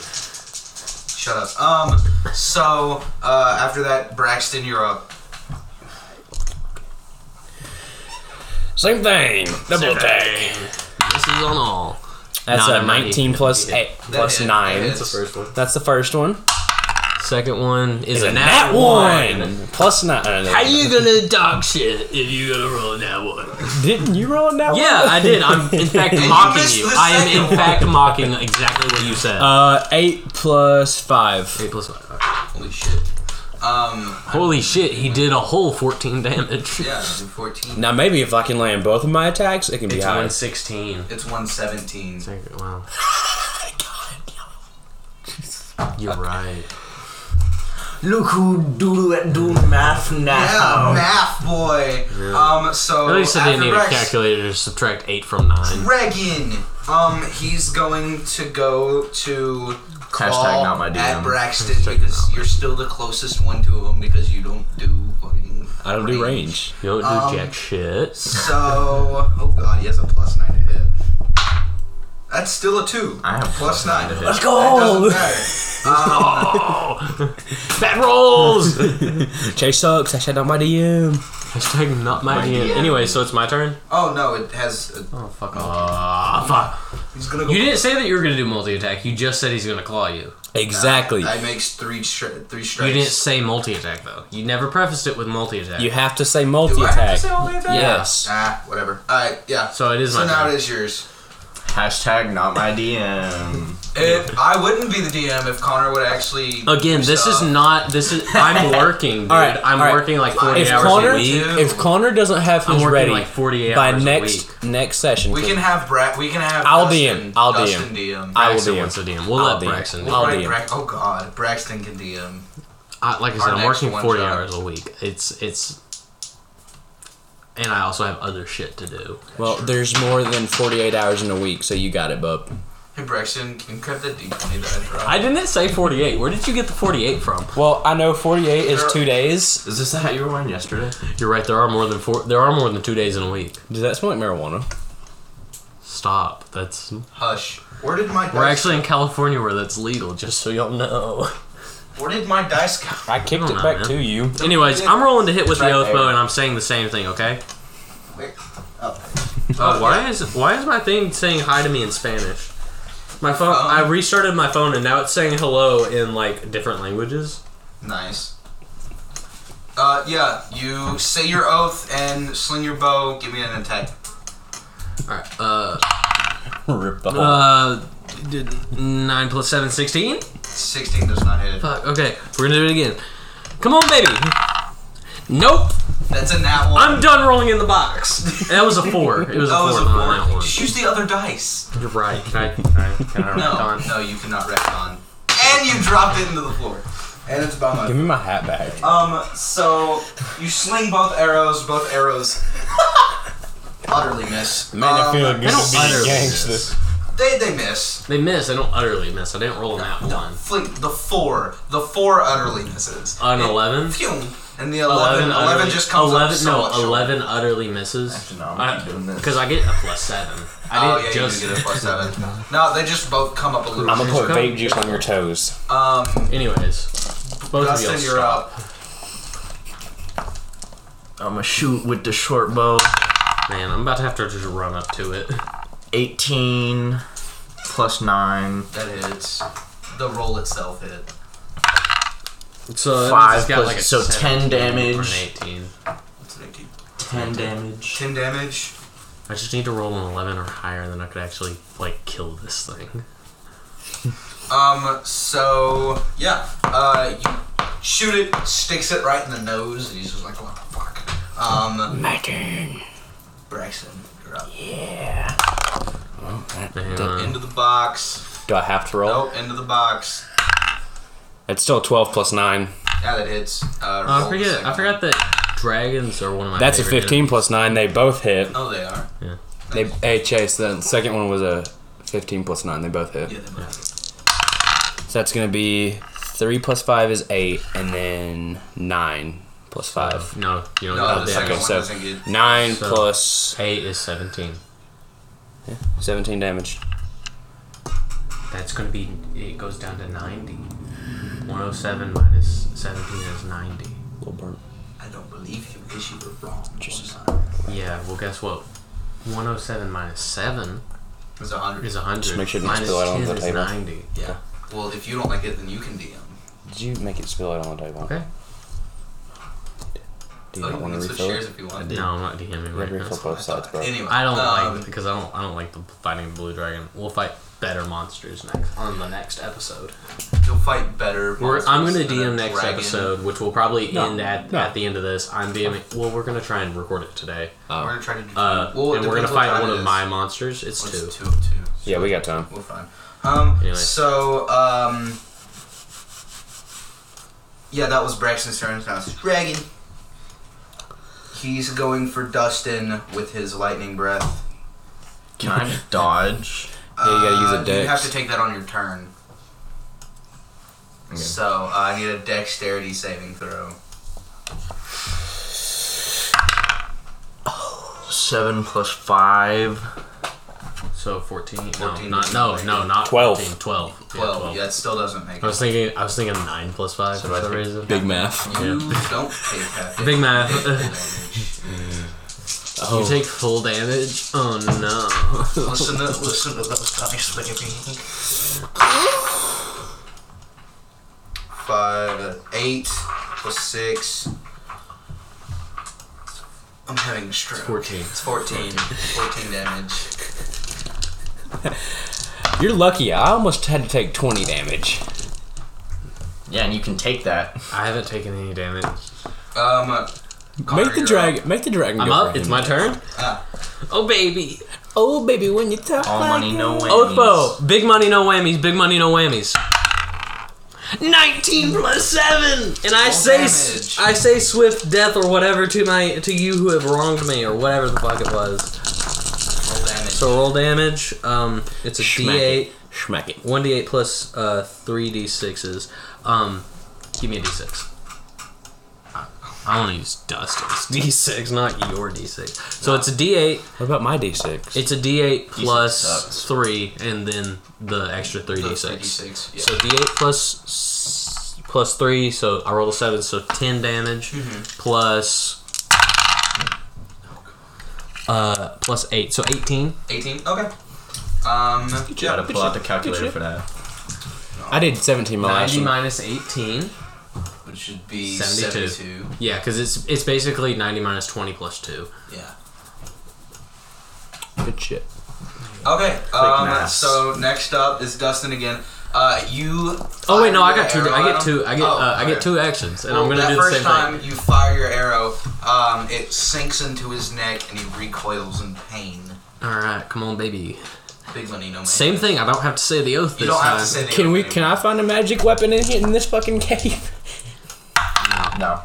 Speaker 1: Shut up. Um. So uh, after that, Braxton, you're up.
Speaker 3: Same thing. Double attack.
Speaker 4: This is on all.
Speaker 3: That's
Speaker 4: Not
Speaker 3: a
Speaker 4: a mighty.
Speaker 3: 19 plus
Speaker 4: Yeah.
Speaker 3: eight plus
Speaker 1: hit.
Speaker 3: nine.
Speaker 1: That hits.
Speaker 2: First one.
Speaker 3: That's the first one.
Speaker 4: Second one is a
Speaker 3: And
Speaker 4: nat,
Speaker 3: that
Speaker 4: one.
Speaker 3: one plus nine.
Speaker 4: How you gonna dog shit if you gonna roll that one?
Speaker 3: Didn't you roll that
Speaker 4: Yeah,
Speaker 3: one?
Speaker 4: I did. I'm in fact
Speaker 1: you
Speaker 4: mocking
Speaker 1: missed
Speaker 4: you.
Speaker 1: the
Speaker 4: I am in
Speaker 1: second
Speaker 4: fact mocking exactly what you said.
Speaker 3: Uh, eight plus five.
Speaker 4: Eight plus five.
Speaker 1: Holy shit. Um.
Speaker 4: Holy shit, he did a whole 14 damage.
Speaker 1: Yeah. Fourteen.
Speaker 3: Now maybe if I can land both of my attacks, it can be
Speaker 4: It's
Speaker 3: high.
Speaker 4: 116.
Speaker 1: It's one seventeen.
Speaker 4: Wow. You're right.
Speaker 5: Look who do do math
Speaker 1: Yeah, math boy. Um, so
Speaker 4: At least I didn't
Speaker 1: after
Speaker 4: need a
Speaker 1: Rex-
Speaker 4: calculator to subtract 8 from 9.
Speaker 1: Regan. Um, he's going to go to call
Speaker 5: Hashtag not my
Speaker 1: at
Speaker 5: DM.
Speaker 1: Braxton because you're still the closest one to him because you don't do fucking.
Speaker 3: I don't do range.
Speaker 4: You don't do
Speaker 1: Um,
Speaker 4: jack shit.
Speaker 1: So, oh god, he has a plus nine to hit. That's still a two.
Speaker 5: I have
Speaker 1: plus nine.
Speaker 5: to hit.
Speaker 1: Let's
Speaker 3: go!
Speaker 1: Um,
Speaker 4: Oh! Fat rolls!
Speaker 3: Chase sucks. Hashtag not my DM.
Speaker 4: Hashtag not my DM. Anyway, so it's my turn?
Speaker 1: oh no, it has. A,
Speaker 4: Oh, fuck off. fuck.
Speaker 1: he's gonna go.
Speaker 4: You didn't say that you were going to do multi attack. You just said he's going to claw you.
Speaker 3: Exactly.
Speaker 1: I makes three stri- three strikes.
Speaker 4: You didn't say multi attack, though. You never prefaced it with multi attack.
Speaker 3: You have to
Speaker 1: Do
Speaker 3: say
Speaker 1: I have
Speaker 3: multi-attack.
Speaker 1: to say all the attack?
Speaker 3: Yes.
Speaker 1: Ah, whatever. All right, yeah.
Speaker 4: So it is
Speaker 1: So
Speaker 4: my
Speaker 1: now
Speaker 4: turn.
Speaker 1: it is yours.
Speaker 5: Hashtag not my DM.
Speaker 1: If I wouldn't be the DM if Connor would actually.
Speaker 4: Again,
Speaker 1: do
Speaker 4: this is
Speaker 1: stuff.
Speaker 4: not. This is. I'm working. Dude.
Speaker 3: All right,
Speaker 4: I'm
Speaker 3: all right.
Speaker 4: working like 40
Speaker 3: If
Speaker 4: hours
Speaker 3: Connor,
Speaker 4: a week.
Speaker 3: if Connor doesn't have
Speaker 4: I'm
Speaker 3: his
Speaker 4: working
Speaker 3: ready
Speaker 4: like 48
Speaker 3: by
Speaker 4: hours a
Speaker 3: next next session,
Speaker 1: We can have Brad. We can have.
Speaker 3: I'll
Speaker 1: Dustin,
Speaker 3: DM. I'll
Speaker 1: Dustin DM.
Speaker 3: I will
Speaker 4: Braxton
Speaker 3: DM.
Speaker 4: wants to DM. We'll
Speaker 3: I'll
Speaker 4: let
Speaker 3: DM.
Speaker 4: Braxton.
Speaker 1: We'll
Speaker 4: DM.
Speaker 3: I'll
Speaker 1: write
Speaker 3: DM.
Speaker 1: Brax- oh God, Braxton can DM.
Speaker 4: I, like I said,
Speaker 1: Our
Speaker 4: I'm
Speaker 1: next
Speaker 4: working
Speaker 1: one
Speaker 4: 40
Speaker 1: shot.
Speaker 4: hours a week. It's it's, and I also have other shit to do.
Speaker 3: well, there's more than 48 hours in a week, so you got it, bub.
Speaker 1: Hey Braxton, can you grab that D20 that I dropped?
Speaker 4: I didn't say 48. Where did you get the 48 from?
Speaker 3: Well, I know 48 is
Speaker 1: Sure.
Speaker 3: two days.
Speaker 5: Is this the hat you were wearing yesterday?
Speaker 4: You're right. There are more than four. There are more than two days in a week.
Speaker 3: Does that smell like marijuana?
Speaker 4: Stop. That's
Speaker 1: Hush. Where did my?
Speaker 4: we're actually in California where that's legal. Just so y'all know.
Speaker 1: Where did my dice go?
Speaker 3: I kicked
Speaker 4: I don't
Speaker 3: it
Speaker 4: know,
Speaker 3: back
Speaker 4: man.
Speaker 3: to you.
Speaker 4: Anyways, I'm rolling to hit with the
Speaker 1: Right
Speaker 4: oath
Speaker 1: there.
Speaker 4: bow, and I'm saying the same thing. Okay.
Speaker 1: Wait. Oh.
Speaker 4: Uh, why is why is my thing saying hi to me in Spanish? My
Speaker 1: Phone?
Speaker 4: phone. I restarted my phone, and now it's saying hello in like different languages.
Speaker 1: Nice. Uh, yeah, you say your oath and sling your bow. Give me an attack.
Speaker 4: All right. Uh.
Speaker 2: Rip the whole.
Speaker 4: Uh. d- d- Nine plus seven, sixteen.
Speaker 1: 16 does not hit.
Speaker 4: Fuck. Okay. We're gonna do it again. Come on, baby. Nope.
Speaker 1: That's a nat one.
Speaker 4: I'm done rolling in the box. That was a four. It was a
Speaker 1: that
Speaker 4: four.
Speaker 1: was a
Speaker 4: not an out
Speaker 1: four.
Speaker 4: one.
Speaker 1: Just use the other dice.
Speaker 4: You're right. Can I, can I, can I
Speaker 1: No,
Speaker 4: retcon?
Speaker 1: no, you cannot retcon. And you dropped it into the floor. And it's about
Speaker 3: Give
Speaker 1: my.
Speaker 3: me my hat back.
Speaker 1: Um, so you sling both arrows. Both arrows utterly miss.
Speaker 3: Man, I
Speaker 1: Um,
Speaker 3: feel good
Speaker 4: don't
Speaker 3: to be a
Speaker 4: utter
Speaker 3: gangster.
Speaker 1: They they miss.
Speaker 4: They miss. I don't utterly miss. I didn't roll an out one.
Speaker 1: Fling the four. The four utterly misses.
Speaker 4: An eleven.
Speaker 1: Phew. And the 11, 11,
Speaker 4: utterly-
Speaker 1: just comes
Speaker 4: 11,
Speaker 1: up so
Speaker 4: no,
Speaker 1: much short.
Speaker 4: 11 utterly misses.
Speaker 5: Actually, no, I'm gonna keep doing this.
Speaker 4: Because I get a plus 7. I
Speaker 1: Oh
Speaker 4: didn't
Speaker 1: yeah,
Speaker 4: just
Speaker 1: you do get a plus seven. No, they just both come up a little.
Speaker 3: I'm gonna put
Speaker 4: Just go.
Speaker 3: vape juice on your toes.
Speaker 1: Um,
Speaker 4: Anyways, both of y'all
Speaker 1: Dustin, you're
Speaker 4: stop.
Speaker 1: up.
Speaker 5: I'm gonna shoot with the short bow.
Speaker 4: Man, I'm about to have to just run up to it.
Speaker 5: 18 plus 9.
Speaker 1: That hits. The roll itself hit.
Speaker 4: So
Speaker 5: Five
Speaker 4: it's got
Speaker 5: plus-
Speaker 4: like a
Speaker 5: so 10
Speaker 4: 17 Or
Speaker 5: damage.
Speaker 4: an 18.
Speaker 1: That's an 18.
Speaker 5: 10 damage.
Speaker 1: Ten damage.
Speaker 4: I just need to roll an 11 or higher, and then I could actually like kill this thing.
Speaker 1: Um. So yeah. Uh, you shoot it. Sticks it right in the nose, and he's just like, "What the fuck?" Um. My turn. Braxton, you're up.
Speaker 4: Hang
Speaker 3: Don't-
Speaker 4: on.
Speaker 1: Into the box.
Speaker 3: Oh, Do I have to roll?
Speaker 1: Oh, into the box.
Speaker 3: It's still 12 plus 9.
Speaker 1: Yeah, that hits. Uh,
Speaker 4: Oh,
Speaker 1: roll
Speaker 4: I
Speaker 1: the
Speaker 4: forget.
Speaker 1: second
Speaker 4: I
Speaker 1: one.
Speaker 4: forgot that dragons are one of my.
Speaker 3: That's a
Speaker 4: favorite
Speaker 3: 15 plus 9. They both hit.
Speaker 1: Oh, they are.
Speaker 3: They, hey, Chase, the second one was a 15 plus 9. They both hit.
Speaker 1: Yeah, they both.
Speaker 3: So that's going to be 3 plus 5 is 8, and then 9 plus 5.
Speaker 4: No, you
Speaker 3: Oh,
Speaker 1: No,
Speaker 4: don't. get
Speaker 1: the
Speaker 4: that
Speaker 1: second
Speaker 3: okay,
Speaker 1: one
Speaker 4: damage.
Speaker 3: so
Speaker 1: doesn't get.
Speaker 3: 9
Speaker 4: So-
Speaker 3: plus
Speaker 4: Eight is seventeen.
Speaker 3: 17 damage.
Speaker 4: That's gonna be. It goes down to ninety. One hundred seven minus seventeen is ninety.
Speaker 3: little burnt.
Speaker 1: I don't believe you because you were wrong.
Speaker 3: Jesus.
Speaker 1: One time.
Speaker 4: Yeah. Well, guess what? One hundred seven minus seven
Speaker 1: It's a hundred.
Speaker 4: is hundred.
Speaker 3: Just make sure it doesn't
Speaker 4: minus
Speaker 3: spill out
Speaker 4: ten
Speaker 3: onto the
Speaker 4: is
Speaker 3: table.
Speaker 4: ninety.
Speaker 1: Yeah. Well, if you don't like it, then you can DM.
Speaker 3: Did you make it spill out on the table?
Speaker 4: Okay.
Speaker 3: Do you
Speaker 1: Oh,
Speaker 3: not
Speaker 1: you
Speaker 3: want
Speaker 1: can
Speaker 3: to
Speaker 1: switch
Speaker 3: refill
Speaker 1: shares
Speaker 3: it?
Speaker 1: if you want.
Speaker 4: No, I'm not DMing
Speaker 3: You have
Speaker 4: right
Speaker 3: to refill
Speaker 4: now.
Speaker 3: both sides, bro.
Speaker 1: Anyway,
Speaker 4: I don't
Speaker 1: um,
Speaker 4: like because I don't. I don't like the fighting the blue dragon. We'll fight better monsters next on the next episode.
Speaker 1: You'll fight better.
Speaker 4: We're, I'm gonna
Speaker 1: monsters than
Speaker 4: DM
Speaker 1: a
Speaker 4: next
Speaker 1: dragon.
Speaker 4: episode, which will probably
Speaker 3: No,
Speaker 4: end at,
Speaker 3: no.
Speaker 4: at the end of this. I'm DMing. Well, we're gonna try and record it today,
Speaker 1: We're
Speaker 3: Oh.
Speaker 1: gonna try to. Do
Speaker 4: uh,
Speaker 1: well, it
Speaker 4: and we're gonna
Speaker 1: depends what
Speaker 4: fight
Speaker 1: time
Speaker 4: one
Speaker 1: it
Speaker 4: of
Speaker 1: is.
Speaker 4: my monsters. It's
Speaker 1: Well,
Speaker 4: two.
Speaker 1: It's two of two.
Speaker 3: Yeah, we got time.
Speaker 1: We're fine. Um.
Speaker 4: Anyway.
Speaker 1: So um. Yeah, that was Braxton's turn. Now it's Dragon. He's going for Dustin with his lightning breath.
Speaker 5: Can I dodge?
Speaker 3: Yeah, you gotta use a
Speaker 1: Uh, You
Speaker 3: dex.
Speaker 1: have to take that on your turn.
Speaker 5: Okay.
Speaker 1: So uh, I need a dexterity saving throw.
Speaker 5: 7 plus 5.
Speaker 4: So 14.
Speaker 1: 14
Speaker 4: no, not,
Speaker 1: is
Speaker 4: no,
Speaker 1: like-
Speaker 4: no, not
Speaker 3: 12.
Speaker 4: 14, 12. Yeah,
Speaker 1: 12. Yeah, it still doesn't make
Speaker 4: I was
Speaker 1: it.
Speaker 4: thinking. I was thinking nine plus five for some reason.
Speaker 3: Big math.
Speaker 1: You don't take half
Speaker 4: Big math.
Speaker 1: damage.
Speaker 4: You take full damage. Oh no.
Speaker 1: listen to listen to those dice, baby. Five, eight plus six. I'm having a stroke.
Speaker 4: 14.
Speaker 1: It's 14. 14 damage.
Speaker 3: You're lucky. I almost had to take 20 damage.
Speaker 5: Yeah, and you can take that.
Speaker 4: I haven't taken any damage.
Speaker 1: Um, Connor,
Speaker 3: make the
Speaker 1: you're
Speaker 3: dragon. Make the dragon.
Speaker 4: I'm
Speaker 3: go
Speaker 4: up.
Speaker 3: for
Speaker 4: It's
Speaker 3: him.
Speaker 4: my turn.
Speaker 1: Ah.
Speaker 4: Oh baby.
Speaker 3: Oh baby, when you talk. Oh,
Speaker 5: All money, no whammies.
Speaker 4: Oathbow. Big money, no whammies. Big money, no whammies. 19 plus 7 and I say
Speaker 1: damage.
Speaker 4: I say swift death or whatever to my to you who have wronged me or whatever the fuck it was.
Speaker 1: up. Roll damage.
Speaker 4: So roll damage. Um it's a
Speaker 3: Smack
Speaker 4: d8
Speaker 3: it. Schmack it.
Speaker 4: One d8 plus uh, three d6s. Um, give me a d6. I- I want to use Dustin's d6, not your d6. So it's a d8.
Speaker 3: What about my d6?
Speaker 4: It's a d8 plus
Speaker 5: sucks.
Speaker 4: three, and then the extra three
Speaker 1: The
Speaker 4: d6.
Speaker 1: 3d6, yeah.
Speaker 4: So d8 plus s- plus three, so I rolled a seven, so ten damage. plus, uh, plus eight, so eighteen.
Speaker 1: 18? Okay. Um,
Speaker 5: You gotta pull out the calculator for that.
Speaker 3: I did 17 my last
Speaker 4: Ninety
Speaker 3: one.
Speaker 4: minus eighteen.
Speaker 1: which should be
Speaker 4: 72.
Speaker 1: 72.
Speaker 4: Yeah, because it's it's basically ninety minus twenty plus two.
Speaker 1: Yeah.
Speaker 3: Good shit.
Speaker 1: Okay. Um,
Speaker 5: math.
Speaker 1: so next up is Dustin again. Uh, you.
Speaker 4: Oh wait, no, I
Speaker 1: fired
Speaker 4: got two.
Speaker 1: your arrow
Speaker 4: I
Speaker 1: at
Speaker 4: get
Speaker 1: him.
Speaker 4: two. I get
Speaker 1: Oh,
Speaker 4: uh, I
Speaker 1: okay.
Speaker 4: get two actions, and
Speaker 1: Well,
Speaker 4: I'm
Speaker 1: that
Speaker 4: gonna do the
Speaker 1: first
Speaker 4: same
Speaker 1: time
Speaker 4: thing.
Speaker 1: you fire your arrow, um, it sinks into his neck and he recoils in pain.
Speaker 4: All right, come on, baby.
Speaker 1: Big money, no man.
Speaker 4: Same thing. I don't have to say the oath this
Speaker 1: You don't
Speaker 4: time.
Speaker 1: have to say the
Speaker 3: Can
Speaker 1: oath
Speaker 3: we?
Speaker 1: anymore.
Speaker 3: Can I find a magic weapon in here in this fucking cave?
Speaker 5: No.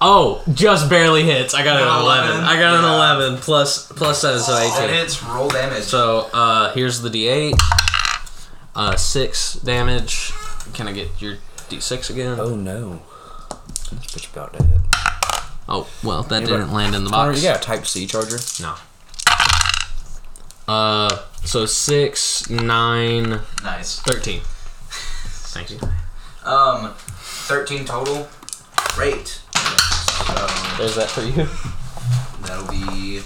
Speaker 4: Oh, just barely hits. I got an
Speaker 1: Got
Speaker 4: 11.
Speaker 1: 11?
Speaker 4: I got an
Speaker 1: Yeah.
Speaker 4: 11 plus plus 7, so
Speaker 1: That
Speaker 4: 18.
Speaker 1: hits. Roll damage.
Speaker 4: So uh, here's the d8. Uh, 6 damage. Can I get your d6 again? Oh,
Speaker 3: Oh no. This bitch about to hit.
Speaker 4: Oh, well, that
Speaker 3: Yeah, but-
Speaker 4: didn't land in the
Speaker 3: Connor,
Speaker 4: box.
Speaker 3: you got a Type C charger?
Speaker 4: No. Uh, so 6, 9,
Speaker 1: nice.
Speaker 4: 13. Thank you.
Speaker 1: Um, thirteen total. Great. So
Speaker 4: There's that for you.
Speaker 1: that'll be.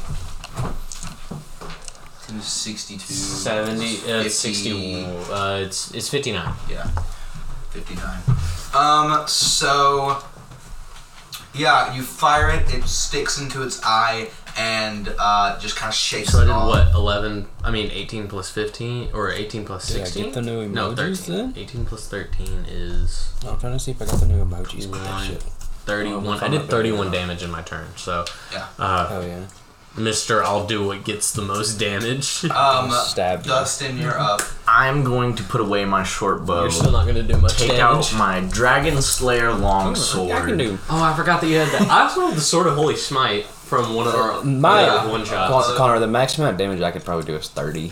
Speaker 1: 62
Speaker 4: 70, uh,
Speaker 1: 50,
Speaker 4: 60, uh, it's, it's 59.
Speaker 1: Yeah. 59. Um, so. Yeah, you fire it, it sticks into its eye, and uh, just kind of shakes
Speaker 4: So I
Speaker 1: it
Speaker 4: did
Speaker 1: off.
Speaker 4: what? 11, I mean 18 plus 15, or 18 plus
Speaker 3: Did I get
Speaker 4: 16?
Speaker 3: the new
Speaker 4: no,
Speaker 3: emojis
Speaker 4: 13.
Speaker 3: then?
Speaker 4: 18 plus 13 is
Speaker 3: I'm trying to see if I got the new emojis for that
Speaker 4: One.
Speaker 3: shit.
Speaker 4: 31.
Speaker 3: Oh,
Speaker 4: I
Speaker 3: I'm
Speaker 4: did
Speaker 3: not
Speaker 4: 31 damage in my turn, so.
Speaker 1: Yeah.
Speaker 4: Uh,
Speaker 3: Oh yeah.
Speaker 4: Mr. I'll do what gets the most damage.
Speaker 5: Oh.
Speaker 1: Um,
Speaker 3: Stab you.
Speaker 1: Dustin, you're up.
Speaker 5: I'm going to put away my short bow.
Speaker 4: You're still not gonna do much
Speaker 5: take
Speaker 4: damage.
Speaker 5: out my Dragon Slayer longsword.
Speaker 3: I can do.
Speaker 4: Oh, I forgot that you had that. I also have the Sword of Holy Smite from one of our uh,
Speaker 3: My-
Speaker 4: one shots.
Speaker 3: Con- Connor, the max amount of damage I could probably do is 30.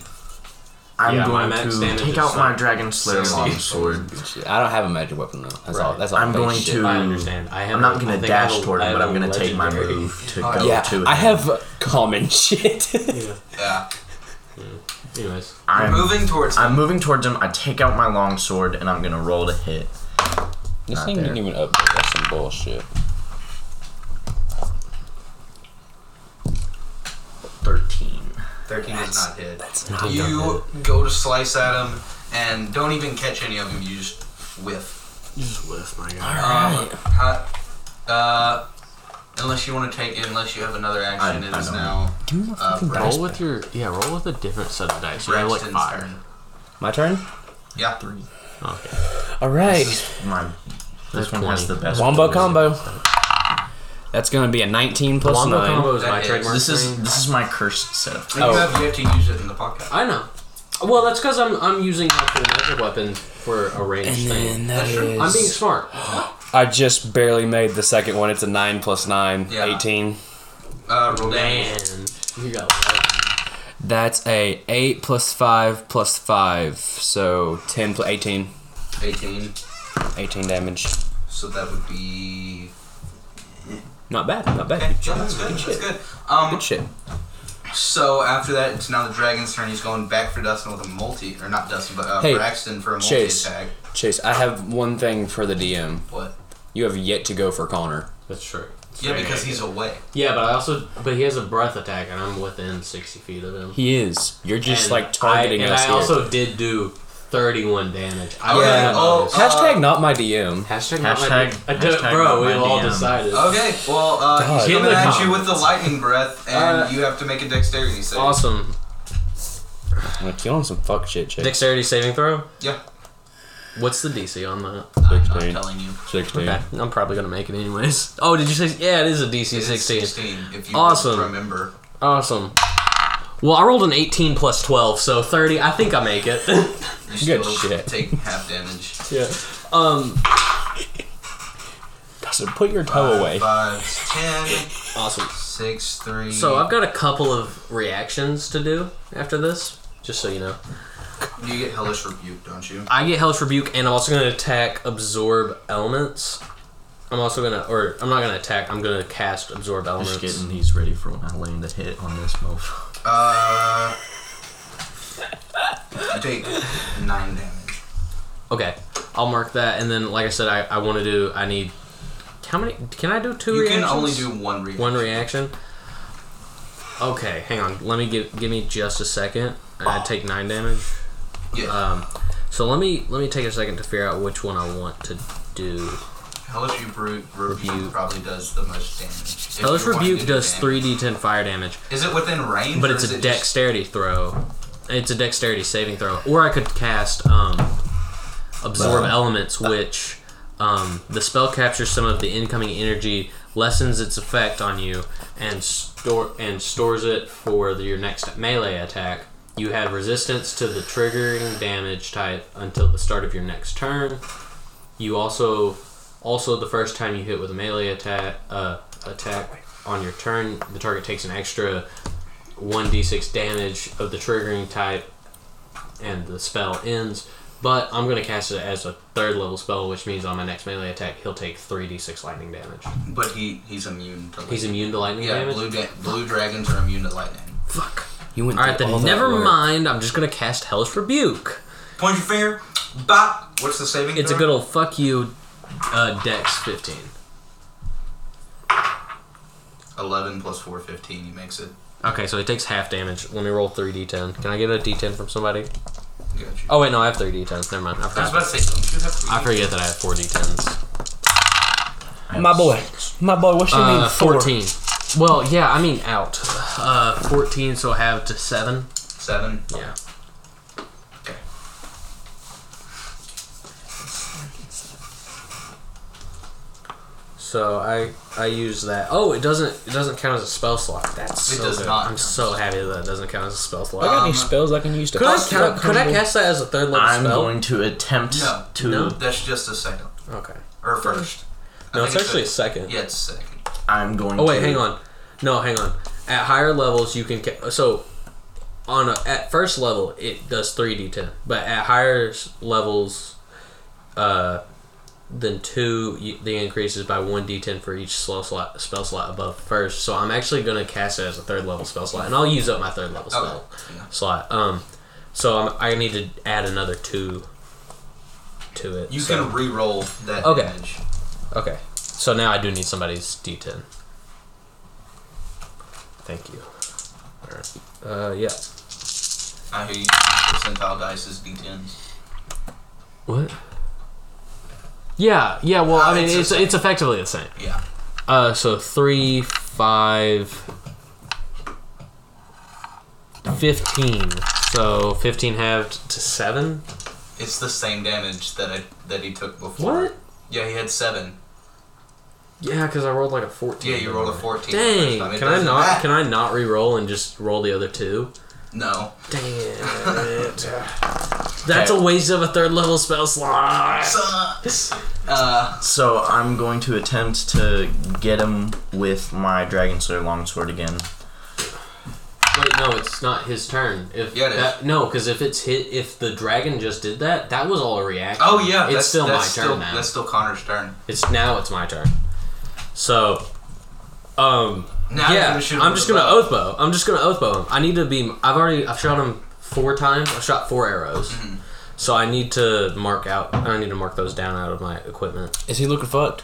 Speaker 5: I'm
Speaker 4: Yeah, my
Speaker 5: going
Speaker 4: max
Speaker 5: to
Speaker 4: damage
Speaker 5: take
Speaker 4: is
Speaker 5: out my
Speaker 4: like
Speaker 5: Dragon Slayer
Speaker 1: 60.
Speaker 5: longsword.
Speaker 3: Shit, I don't have a magic weapon though. That's all.
Speaker 4: Right.
Speaker 3: That's all.
Speaker 5: I'm
Speaker 3: base
Speaker 5: going
Speaker 3: shit.
Speaker 5: to.
Speaker 4: I understand. I have
Speaker 5: I'm not
Speaker 4: a- I
Speaker 5: going to
Speaker 4: think I have
Speaker 5: dash
Speaker 4: a-
Speaker 5: toward
Speaker 4: I
Speaker 5: it,
Speaker 4: have
Speaker 5: but I'm
Speaker 4: a
Speaker 5: going to take my
Speaker 4: legendary.
Speaker 5: move to
Speaker 1: Oh,
Speaker 5: go
Speaker 3: Yeah,
Speaker 5: to it.
Speaker 3: I have common shit.
Speaker 1: Yeah.
Speaker 4: Anyways,
Speaker 1: You're
Speaker 5: I'm,
Speaker 1: moving towards
Speaker 5: I'm moving towards him. I take out my longsword and I'm going to roll to hit.
Speaker 3: This
Speaker 5: Not
Speaker 3: thing
Speaker 5: there.
Speaker 3: didn't even update. That's some bullshit.
Speaker 5: 13.
Speaker 1: 13 does not hit.
Speaker 3: That's not.
Speaker 1: You go to slice at him and don't even catch any of them. You just whiff. Um, ha- uh, unless you want to take it, unless you have another action,
Speaker 5: I-
Speaker 1: it
Speaker 5: I
Speaker 1: is
Speaker 5: don't.
Speaker 1: now
Speaker 3: Give me my
Speaker 1: uh,
Speaker 3: fucking
Speaker 1: Braxton.
Speaker 3: dice
Speaker 4: roll with your yeah. Roll with a different set of dice. You have like
Speaker 1: Braxton's
Speaker 4: five.
Speaker 1: turn.
Speaker 3: My turn.
Speaker 1: Yeah.
Speaker 4: Okay.
Speaker 3: All right.
Speaker 5: My, this
Speaker 4: That's
Speaker 5: one has
Speaker 4: 20.
Speaker 5: the best.
Speaker 3: Wombo combo. That's gonna be a 19 plus
Speaker 4: Wombo
Speaker 3: nine.
Speaker 4: combo is my
Speaker 1: That is-
Speaker 4: trademark.
Speaker 5: This is
Speaker 4: thing.
Speaker 5: this is my cursed setup.
Speaker 1: You
Speaker 3: Oh.
Speaker 1: have yet to use it in the podcast.
Speaker 4: I know. Well, that's because I'm I'm using my magic weapon for a range
Speaker 3: And
Speaker 4: thing.
Speaker 3: then that
Speaker 1: true.
Speaker 4: I'm being
Speaker 3: is.
Speaker 4: smart.
Speaker 3: I just barely made the second one. It's a nine plus nine.
Speaker 1: Yeah.
Speaker 3: 18.
Speaker 1: Uh, roll
Speaker 4: Man,
Speaker 1: damage.
Speaker 4: you got lucky.
Speaker 3: That's a eight plus five plus five. So 10 plus 18.
Speaker 1: 18.
Speaker 3: 18 damage.
Speaker 1: So that would be.
Speaker 3: Not bad. Not bad.
Speaker 1: Okay,
Speaker 3: Good
Speaker 1: yeah, that's
Speaker 3: shit.
Speaker 1: good.
Speaker 3: Good
Speaker 1: That's
Speaker 3: shit.
Speaker 1: good. Um,
Speaker 3: Good shit.
Speaker 1: so after that, it's now the dragon's turn. He's going back for Dustin with a multi, or not Dustin, but uh,
Speaker 3: Hey,
Speaker 1: Braxton for a multi
Speaker 3: Chase.
Speaker 1: attack.
Speaker 3: Chase, I have one thing for the DM.
Speaker 1: What?
Speaker 3: You have yet to go for Connor.
Speaker 4: That's true.
Speaker 1: Yeah, because he's away.
Speaker 4: Yeah, but I also but he has a breath attack, and I'm within sixty feet of him.
Speaker 3: He is. You're just
Speaker 4: And
Speaker 3: like targeting
Speaker 4: I, and
Speaker 3: us
Speaker 4: I
Speaker 3: here.
Speaker 4: also did do thirty-one damage. I
Speaker 1: Okay,
Speaker 4: yeah.
Speaker 1: oh, uh,
Speaker 3: Hashtag not my DM.
Speaker 4: hashtag
Speaker 5: Hashtag-
Speaker 4: I don't-
Speaker 5: hashtag
Speaker 4: bro.
Speaker 5: not my
Speaker 4: We all
Speaker 5: DM.
Speaker 4: decided.
Speaker 1: Okay, well, uh,
Speaker 3: God.
Speaker 1: he's
Speaker 4: In
Speaker 1: coming
Speaker 4: the
Speaker 1: at you
Speaker 4: comments.
Speaker 1: with the lightning breath, and
Speaker 4: Uh,
Speaker 1: you have to make a dexterity save.
Speaker 4: Awesome.
Speaker 3: I'm gonna kill him some fuck shit, Chase.
Speaker 4: Dexterity saving throw.
Speaker 1: Yeah,
Speaker 4: What's the DC on that?
Speaker 1: I'm not
Speaker 3: 16.
Speaker 1: telling you.
Speaker 3: 16.
Speaker 4: Okay, I'm probably gonna make it anyways. Oh, did you say? Yeah, it is a DC
Speaker 1: It is
Speaker 4: 16.
Speaker 1: 16, if you
Speaker 4: Awesome.
Speaker 1: remember.
Speaker 4: Awesome. Well, I rolled an 18 plus 12, so 30. I think I make it.
Speaker 1: You
Speaker 3: Good
Speaker 1: still
Speaker 3: shit.
Speaker 1: take half damage.
Speaker 4: yeah. Um.
Speaker 3: Dustin, put your
Speaker 4: Uh,
Speaker 3: toe away.
Speaker 1: Five, ten,
Speaker 4: Awesome.
Speaker 1: six, three.
Speaker 4: So I've got a couple of reactions to do after this, just so you know.
Speaker 1: you get hellish rebuke, don't you?
Speaker 4: I get Hellish Rebuke, and I'm also going to attack Absorb Elements. I'm also going to, or I'm not going to attack, I'm going to cast Absorb Elements.
Speaker 5: Just getting these ready for when I land a hit on this mofo.
Speaker 1: Uh, you take nine damage.
Speaker 4: Okay. I'll mark that, and then like I said, I, I want to do. I need how many? Can I do two?
Speaker 1: You can
Speaker 4: reactions?
Speaker 1: only do one reaction.
Speaker 4: one reaction. Okay, hang on. Let me give give me just a second, and I take nine damage.
Speaker 1: Yeah.
Speaker 4: Um, so let me let me take a second to figure out which one I want to do.
Speaker 1: Hellish Rebu- Rebuke probably does the most damage. if
Speaker 4: Hellish
Speaker 1: you're wanting to
Speaker 4: Rebuke
Speaker 1: do damage.
Speaker 4: does three d10 fire damage,
Speaker 1: Is it within range?
Speaker 4: but
Speaker 1: or
Speaker 4: it's
Speaker 1: is
Speaker 4: a
Speaker 1: it just-
Speaker 4: dexterity throw. It's a dexterity saving throw, or I could cast um, absorb elements, which um, the spell captures some of the incoming energy, lessens its effect on you, and store and stores it for the, your next melee attack. You have resistance to the triggering damage type until the start of your next turn. You also also the first time you hit with a melee attack uh, attack on your turn, the target takes an extra 1d6 damage of the triggering type and the spell ends. But I'm going to cast it as a third level spell, which means on my next melee attack, he'll take 3d6 lightning damage.
Speaker 1: But he he's immune to.
Speaker 4: He's
Speaker 1: lightning.
Speaker 4: immune to lightning
Speaker 1: Yeah,
Speaker 4: damage?
Speaker 1: blue da- blue dragons are immune to lightning.
Speaker 3: Fuck. You went.
Speaker 4: All right,
Speaker 3: through
Speaker 4: then
Speaker 3: all that
Speaker 4: never
Speaker 3: work.
Speaker 4: mind. I'm just going to cast Hellish Rebuke.
Speaker 1: Point your finger. Bop. What's the saving?
Speaker 4: It's a
Speaker 1: throw?
Speaker 4: good old fuck you, uh, Dex 15.
Speaker 1: Eleven plus four, fifteen. He makes it.
Speaker 4: Okay, so he takes half damage. Let me roll 3d10. Can I get a d10 from somebody?
Speaker 1: Got you.
Speaker 4: Oh, wait, no, I have 3d10s. Never mind. I
Speaker 1: I was
Speaker 4: forgot.
Speaker 1: about to say. Don't you have?
Speaker 4: I forget that I have 4d10s.
Speaker 3: My boy. My boy. What you
Speaker 4: Uh,
Speaker 3: mean? Four.
Speaker 4: 14. Well, yeah, I mean out. Uh, 14, so I have to 7.
Speaker 1: Seven.
Speaker 4: Yeah.
Speaker 1: Okay.
Speaker 4: So I I use that. Oh, it doesn't it doesn't count as a spell slot. That's
Speaker 1: It
Speaker 4: so
Speaker 1: does
Speaker 4: good.
Speaker 1: not.
Speaker 4: I'm so happy that it doesn't count as a spell slot.
Speaker 3: I got any
Speaker 1: Um,
Speaker 3: spells I can use to.
Speaker 4: could I
Speaker 3: fuck
Speaker 4: count,
Speaker 3: up
Speaker 4: could I
Speaker 3: combo?
Speaker 4: cast that as a third level
Speaker 5: I'm
Speaker 4: spell?
Speaker 5: going to attempt
Speaker 1: No.
Speaker 5: to.
Speaker 4: No.
Speaker 1: That's just a second
Speaker 4: okay.
Speaker 1: or first. I
Speaker 4: No,
Speaker 1: think
Speaker 4: it's actually a second.
Speaker 1: Yeah, it's a second.
Speaker 5: I'm going.
Speaker 4: Oh wait,
Speaker 5: to,
Speaker 4: hang on. No, hang on. At higher levels, you can ca- so on a, at first level it does three d ten, but at higher s- levels, uh, than two, you, the increase is by one d ten for each slow slot spell slot above first. So I'm actually gonna cast it as a third level spell slot, and I'll use up my third level spell
Speaker 1: Oh, Yeah.
Speaker 4: slot. Um, so I'm, I need to add another two to it.
Speaker 1: You
Speaker 4: so-
Speaker 1: can re-roll that
Speaker 4: Okay.
Speaker 1: damage.
Speaker 4: Okay. So now I do need somebody's D10. Thank you. Alright. Uh, yeah.
Speaker 1: I hear you. Percentile dice is d10s.
Speaker 4: What? Yeah, yeah, well,
Speaker 1: Uh,
Speaker 4: I mean,
Speaker 1: it's the
Speaker 4: it's,
Speaker 1: same.
Speaker 4: it's effectively the same.
Speaker 1: Yeah.
Speaker 4: Uh, so 3, 5, 15. So 15 halved to 7?
Speaker 1: It's the same damage that I, that he took before.
Speaker 4: What?
Speaker 1: Yeah, he had seven.
Speaker 4: Yeah, because I rolled like a 14.
Speaker 1: Yeah, you rolled a fourteen. the first
Speaker 4: Dang!
Speaker 1: time. It
Speaker 4: Can I
Speaker 1: doesn't
Speaker 4: not?
Speaker 1: matter.
Speaker 4: Can I not re-roll and just roll the other two?
Speaker 1: No.
Speaker 4: Damn it. That's a waste of a third level spell slot.
Speaker 1: Sucks. Uh,
Speaker 5: So I'm going to attempt to get him with my Dragon Slayer longsword again.
Speaker 4: Wait, no, it's not his turn. If
Speaker 1: Yeah, it is.
Speaker 4: that- no, because if it's hit, if the dragon just did that, that was all a reaction.
Speaker 1: oh yeah,
Speaker 4: it's
Speaker 1: that's,
Speaker 4: still
Speaker 1: that's
Speaker 4: my
Speaker 1: still,
Speaker 4: turn now.
Speaker 1: That's still Connor's turn.
Speaker 4: It's now it's my turn. So, um,
Speaker 1: Now you're
Speaker 4: yeah,
Speaker 1: gonna shoot him
Speaker 4: I'm
Speaker 1: with
Speaker 4: just
Speaker 1: a
Speaker 4: gonna
Speaker 1: bow.
Speaker 4: oath bow. I'm just gonna oath bow him. I need to be. I've already. I've shot him four times. I've shot four arrows.
Speaker 1: Mm-hmm.
Speaker 4: So I need to mark out. I need to mark those down out of my equipment.
Speaker 3: Is he looking fucked?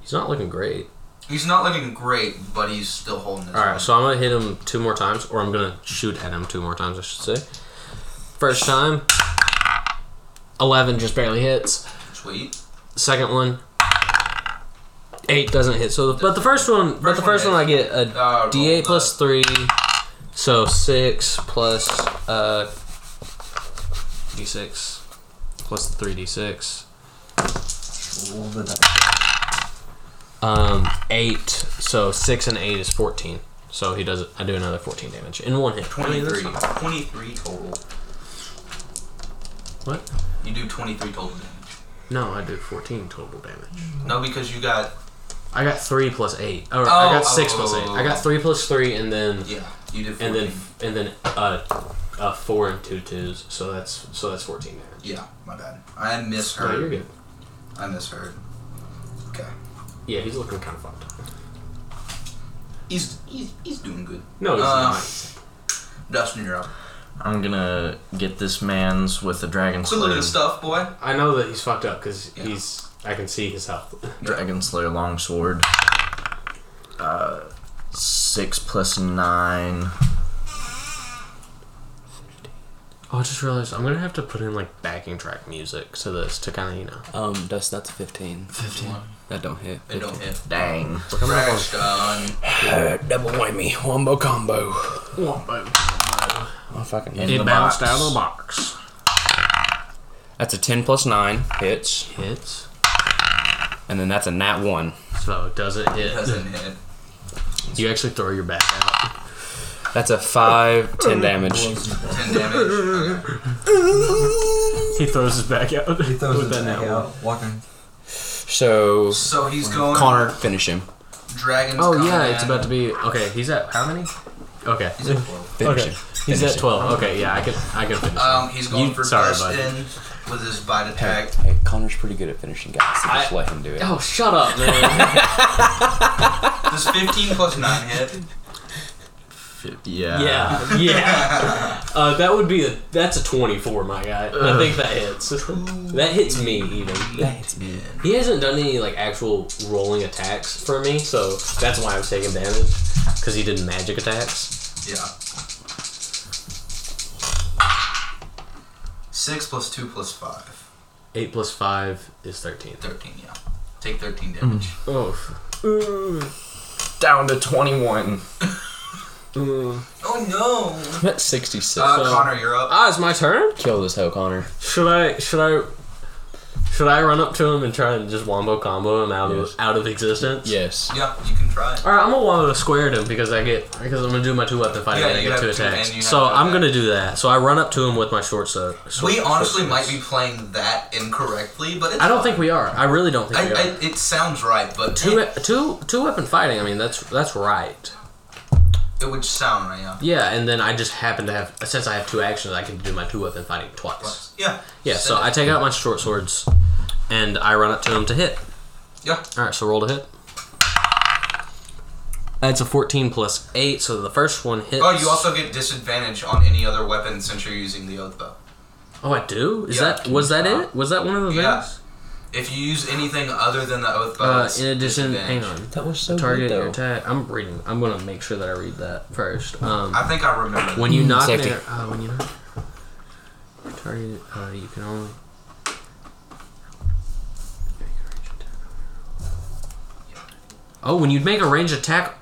Speaker 4: He's not looking great.
Speaker 1: He's not looking great, but he's still holding his.
Speaker 4: All
Speaker 1: own.
Speaker 4: right, so I'm gonna hit him two more times, or I'm gonna shoot at him two more times, I should say. First time, eleven just barely hits.
Speaker 1: Sweet.
Speaker 4: Second one, eight doesn't hit. So, the, but the first one, but
Speaker 1: First
Speaker 4: the first
Speaker 1: one
Speaker 4: one, I get a
Speaker 1: Uh, roll
Speaker 4: D8
Speaker 1: the-
Speaker 4: plus three, so six plus uh, D6 plus the three D6. Um, eight. So six and eight is fourteen. So he does. I do another fourteen damage in one hit.
Speaker 1: 23. 23 total.
Speaker 4: What?
Speaker 1: You do 23 total damage.
Speaker 4: No, I do fourteen total damage.
Speaker 1: No, because you got.
Speaker 4: I got three plus eight. Or I
Speaker 1: Oh,
Speaker 4: got six
Speaker 1: oh,
Speaker 4: plus
Speaker 1: oh,
Speaker 4: eight.
Speaker 1: oh,
Speaker 4: I got
Speaker 1: oh.
Speaker 4: three plus three, and then
Speaker 1: Yeah, you did 14.
Speaker 4: and then and then uh, uh, four and two twos. So that's so that's fourteen damage.
Speaker 1: Yeah, my bad. I misheard.
Speaker 4: No, you're good.
Speaker 1: I misheard. Okay.
Speaker 4: Yeah, he's looking kind of fucked. up.
Speaker 1: He's, he's, he's doing good.
Speaker 4: No, he's
Speaker 1: Uh,
Speaker 4: not.
Speaker 1: Dustin, you're up.
Speaker 5: I'm gonna get this man's with the dragon
Speaker 1: Quit looking
Speaker 5: slayer.
Speaker 1: at stuff, boy.
Speaker 4: I know that he's fucked up because
Speaker 1: Yeah.
Speaker 4: he's. I can see his health.
Speaker 5: Dragon slayer longsword. Uh, six plus nine.
Speaker 4: Oh, I just realized I'm gonna have to put in like backing track music to this to kind of you know.
Speaker 3: Um, that's that's a 15. 15. That don't hit.
Speaker 1: They don't hit.
Speaker 5: Dang.
Speaker 4: We're coming up on
Speaker 1: Trash done.
Speaker 3: Uh, double whammy, wombo combo.
Speaker 4: Wombo.
Speaker 3: Oh fucking.
Speaker 5: In
Speaker 4: It
Speaker 5: the
Speaker 4: bounced
Speaker 5: box.
Speaker 4: out of the box.
Speaker 3: That's a 10 plus nine hits,
Speaker 4: Hits.
Speaker 3: and then that's a nat one.
Speaker 4: So it doesn't hit.
Speaker 1: Doesn't hit.
Speaker 4: You actually throw your back out.
Speaker 3: That's a five, 10 damage.
Speaker 1: Ten damage. Okay.
Speaker 4: He throws his back out. He
Speaker 6: Throws it back out. Walking.
Speaker 3: So
Speaker 1: So he's going.
Speaker 3: Connor, finish him.
Speaker 1: Dragon's
Speaker 4: Oh
Speaker 1: coming
Speaker 4: yeah, it's
Speaker 1: in.
Speaker 4: about to be okay. He's at how many? Okay.
Speaker 1: He's at 12.
Speaker 3: Finish
Speaker 4: Okay.
Speaker 3: him.
Speaker 4: He's
Speaker 3: Finish
Speaker 4: at
Speaker 3: him.
Speaker 4: twelve. Okay, yeah, I could I could finish.
Speaker 1: Um, he's going
Speaker 4: You-
Speaker 1: for
Speaker 4: sorry,
Speaker 1: best
Speaker 4: bud.
Speaker 1: in with his bite
Speaker 3: Hey,
Speaker 1: attack.
Speaker 3: hey, Connor's pretty good at finishing guys. So just
Speaker 4: I-
Speaker 3: let him do it.
Speaker 4: Oh, shut up, man.
Speaker 1: Does 15 plus 9 hit?
Speaker 5: Yeah.
Speaker 4: yeah, yeah. Uh, that would be a that's a twenty-four, my guy. I think that hits. that hits me even.
Speaker 3: That's me.
Speaker 4: He hasn't done any like actual rolling attacks for me, so that's why I was taking damage because he did magic attacks.
Speaker 1: Yeah. 6 plus 2 plus 5.
Speaker 4: Eight plus five is thirteen.
Speaker 1: 13, yeah. Take 13 damage.
Speaker 4: Oh,
Speaker 5: Down to twenty-one.
Speaker 1: Oh no!
Speaker 3: That's 66.
Speaker 1: Uh,
Speaker 4: So-
Speaker 1: Connor, you're up.
Speaker 4: ah, it's my turn.
Speaker 3: Kill this hoe, Connor.
Speaker 4: Should I? Should I? Should I run up to him and try and just wombo combo him out
Speaker 3: Yes.
Speaker 4: of out of existence?
Speaker 3: Yes.
Speaker 1: Yeah, you can try.
Speaker 4: All right, I'm gonna wombo squared him because I get because I'm gonna do my two weapon fighting
Speaker 1: Yeah,
Speaker 4: and I
Speaker 1: you
Speaker 4: get
Speaker 1: have to,
Speaker 4: two attacks.
Speaker 1: and you have
Speaker 4: so
Speaker 1: to
Speaker 4: I'm
Speaker 1: attack.
Speaker 4: gonna do that. So I run up to him with my short sword. short-
Speaker 1: We honestly
Speaker 4: short
Speaker 1: might be
Speaker 4: sword.
Speaker 1: playing that incorrectly, but it's
Speaker 4: I don't
Speaker 1: fine.
Speaker 4: think we are. I really don't think we are.
Speaker 1: I, I, it sounds right, but
Speaker 4: two,
Speaker 1: it,
Speaker 4: two, two weapon fighting. I mean, that's that's right.
Speaker 1: it would sound right, yeah.
Speaker 4: Yeah, and then I just happen to have since I have two actions, I can do my two weapon fighting twice.
Speaker 1: Yeah.
Speaker 4: Yeah, so I take out my short swords, and I run up to him to hit.
Speaker 1: Yeah.
Speaker 4: All right, so roll to hit. That's a 14 plus 8, so the first one hits.
Speaker 1: Oh, you also get disadvantage on any other weapon since you're using the oath bow.
Speaker 4: Oh, I do? Is
Speaker 1: Yeah.
Speaker 4: that was that it? Was that one of the
Speaker 1: Yeah.
Speaker 4: things?
Speaker 1: If you use anything other than the oath bow,
Speaker 4: Uh,
Speaker 1: it's
Speaker 4: in addition,
Speaker 1: disadvantage.
Speaker 4: hang on.
Speaker 3: That was so
Speaker 4: Target your attack. I'm reading. I'm gonna make sure that I read that first. Um,
Speaker 1: I think I remember.
Speaker 4: When you knock
Speaker 3: Safety.
Speaker 4: near- uh, when you knock target, uh, you can only. Oh, when you make a range attack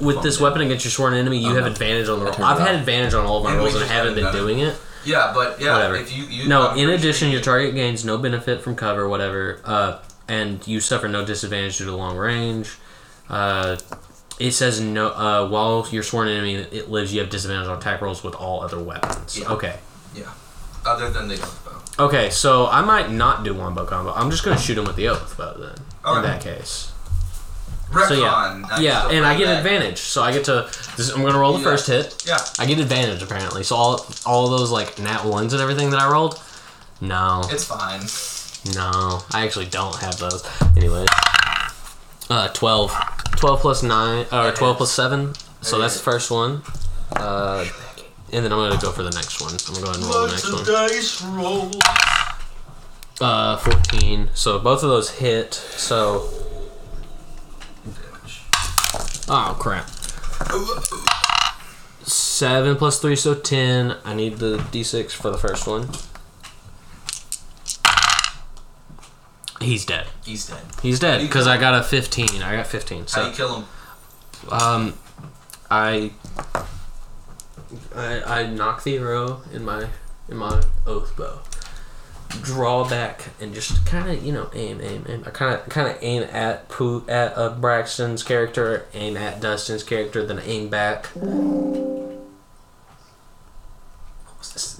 Speaker 4: with this weapon against your sworn enemy, you have advantage on the roll.
Speaker 3: turned it
Speaker 4: I've had
Speaker 3: off.
Speaker 4: advantage on all of my
Speaker 1: Yeah, we
Speaker 4: rolls and I
Speaker 1: just
Speaker 4: haven't
Speaker 1: haven't
Speaker 4: been
Speaker 1: done it.
Speaker 4: doing it.
Speaker 1: Yeah, but yeah,
Speaker 4: Whatever.
Speaker 1: if you, you
Speaker 4: No,
Speaker 1: I'm
Speaker 4: in
Speaker 1: pretty
Speaker 4: addition,
Speaker 1: sure
Speaker 4: your target gains no benefit from cover, whatever, uh, and you suffer no disadvantage due to long range. Uh, it says no. Uh, while your sworn enemy it lives, you have disadvantage on attack rolls with all other weapons.
Speaker 1: Yeah.
Speaker 4: Okay.
Speaker 1: you- yeah, other than the oath bow.
Speaker 4: Okay, so I might not do wombo combo. I'm just gonna shoot him with the oath, but then in
Speaker 1: Okay.
Speaker 4: that case,
Speaker 1: Retcon,
Speaker 4: so yeah,
Speaker 1: that's
Speaker 4: yeah,
Speaker 1: the
Speaker 4: and I get
Speaker 1: back.
Speaker 4: advantage. So I get to. This, I'm gonna roll the
Speaker 1: Yeah.
Speaker 4: first hit.
Speaker 1: Yeah,
Speaker 4: I get advantage apparently. So all all those like nat ones and everything that I rolled. No,
Speaker 1: it's fine.
Speaker 4: no, I actually don't have those. Anyway, uh, 12. 12 plus nine or
Speaker 1: That
Speaker 4: twelve plus
Speaker 1: hits.
Speaker 4: seven. So
Speaker 1: That
Speaker 4: that's the first one. Uh, and then I'm gonna go for the next one. I'm gonna go ahead and roll the next one.
Speaker 1: dice roll.
Speaker 4: Uh, 14. So both of those hit. So. Oh, crap. 7 plus 3, so 10. I need the d6 for the first one. He's dead.
Speaker 1: He's dead.
Speaker 4: He's dead because I got a 15. I got 15.
Speaker 1: How
Speaker 4: So
Speaker 1: you kill him?
Speaker 4: um, I, I I knock the arrow in my in my oath bow, draw back, and just kind of you know aim aim aim. I kind of kind of aim at Poo at uh, Braxton's character, aim at Dustin's character, then aim back. It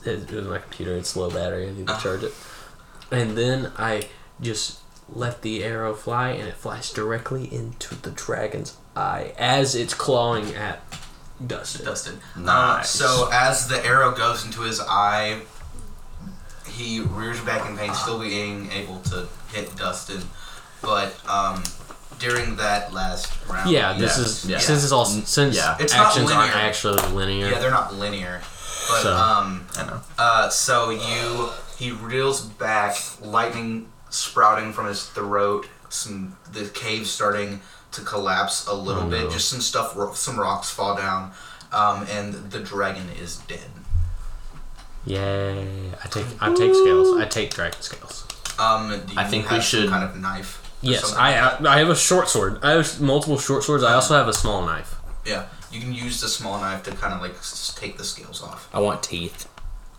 Speaker 4: it was my computer. It's low battery. I need to charge it. And then I just let the arrow fly, and it flies directly into the dragon's eye as it's clawing at Dustin.
Speaker 1: Dustin. Uh,
Speaker 5: Nice.
Speaker 1: so as the arrow goes into his eye, he rears back in pain, still being able to hit Dustin. But um, during that last round,
Speaker 4: Yeah, this
Speaker 5: Yeah,
Speaker 4: is
Speaker 5: yeah.
Speaker 4: since it's all since
Speaker 5: Yeah.
Speaker 1: It's not
Speaker 4: actions aren't
Speaker 1: linear.
Speaker 4: actually linear.
Speaker 1: yeah, they're not linear. But
Speaker 4: So-
Speaker 1: um,
Speaker 5: I know.
Speaker 1: uh, so you he reels back, lightning sprouting from his throat, some the cave starting to collapse a little
Speaker 4: Oh,
Speaker 1: bit, just some stuff, ro- some rocks fall down, um, and the dragon is dead.
Speaker 4: Yay! I take I take scales. I take dragon scales.
Speaker 1: Um, do
Speaker 5: I
Speaker 1: you
Speaker 5: think
Speaker 1: have
Speaker 5: we
Speaker 1: some
Speaker 5: should-
Speaker 1: kind of knife. or
Speaker 4: Yes,
Speaker 1: something?
Speaker 4: I I have a short sword. I have multiple short swords. I also have a small knife.
Speaker 1: yeah. You can use the small knife to kind of like s- take the scales off.
Speaker 3: I want teeth.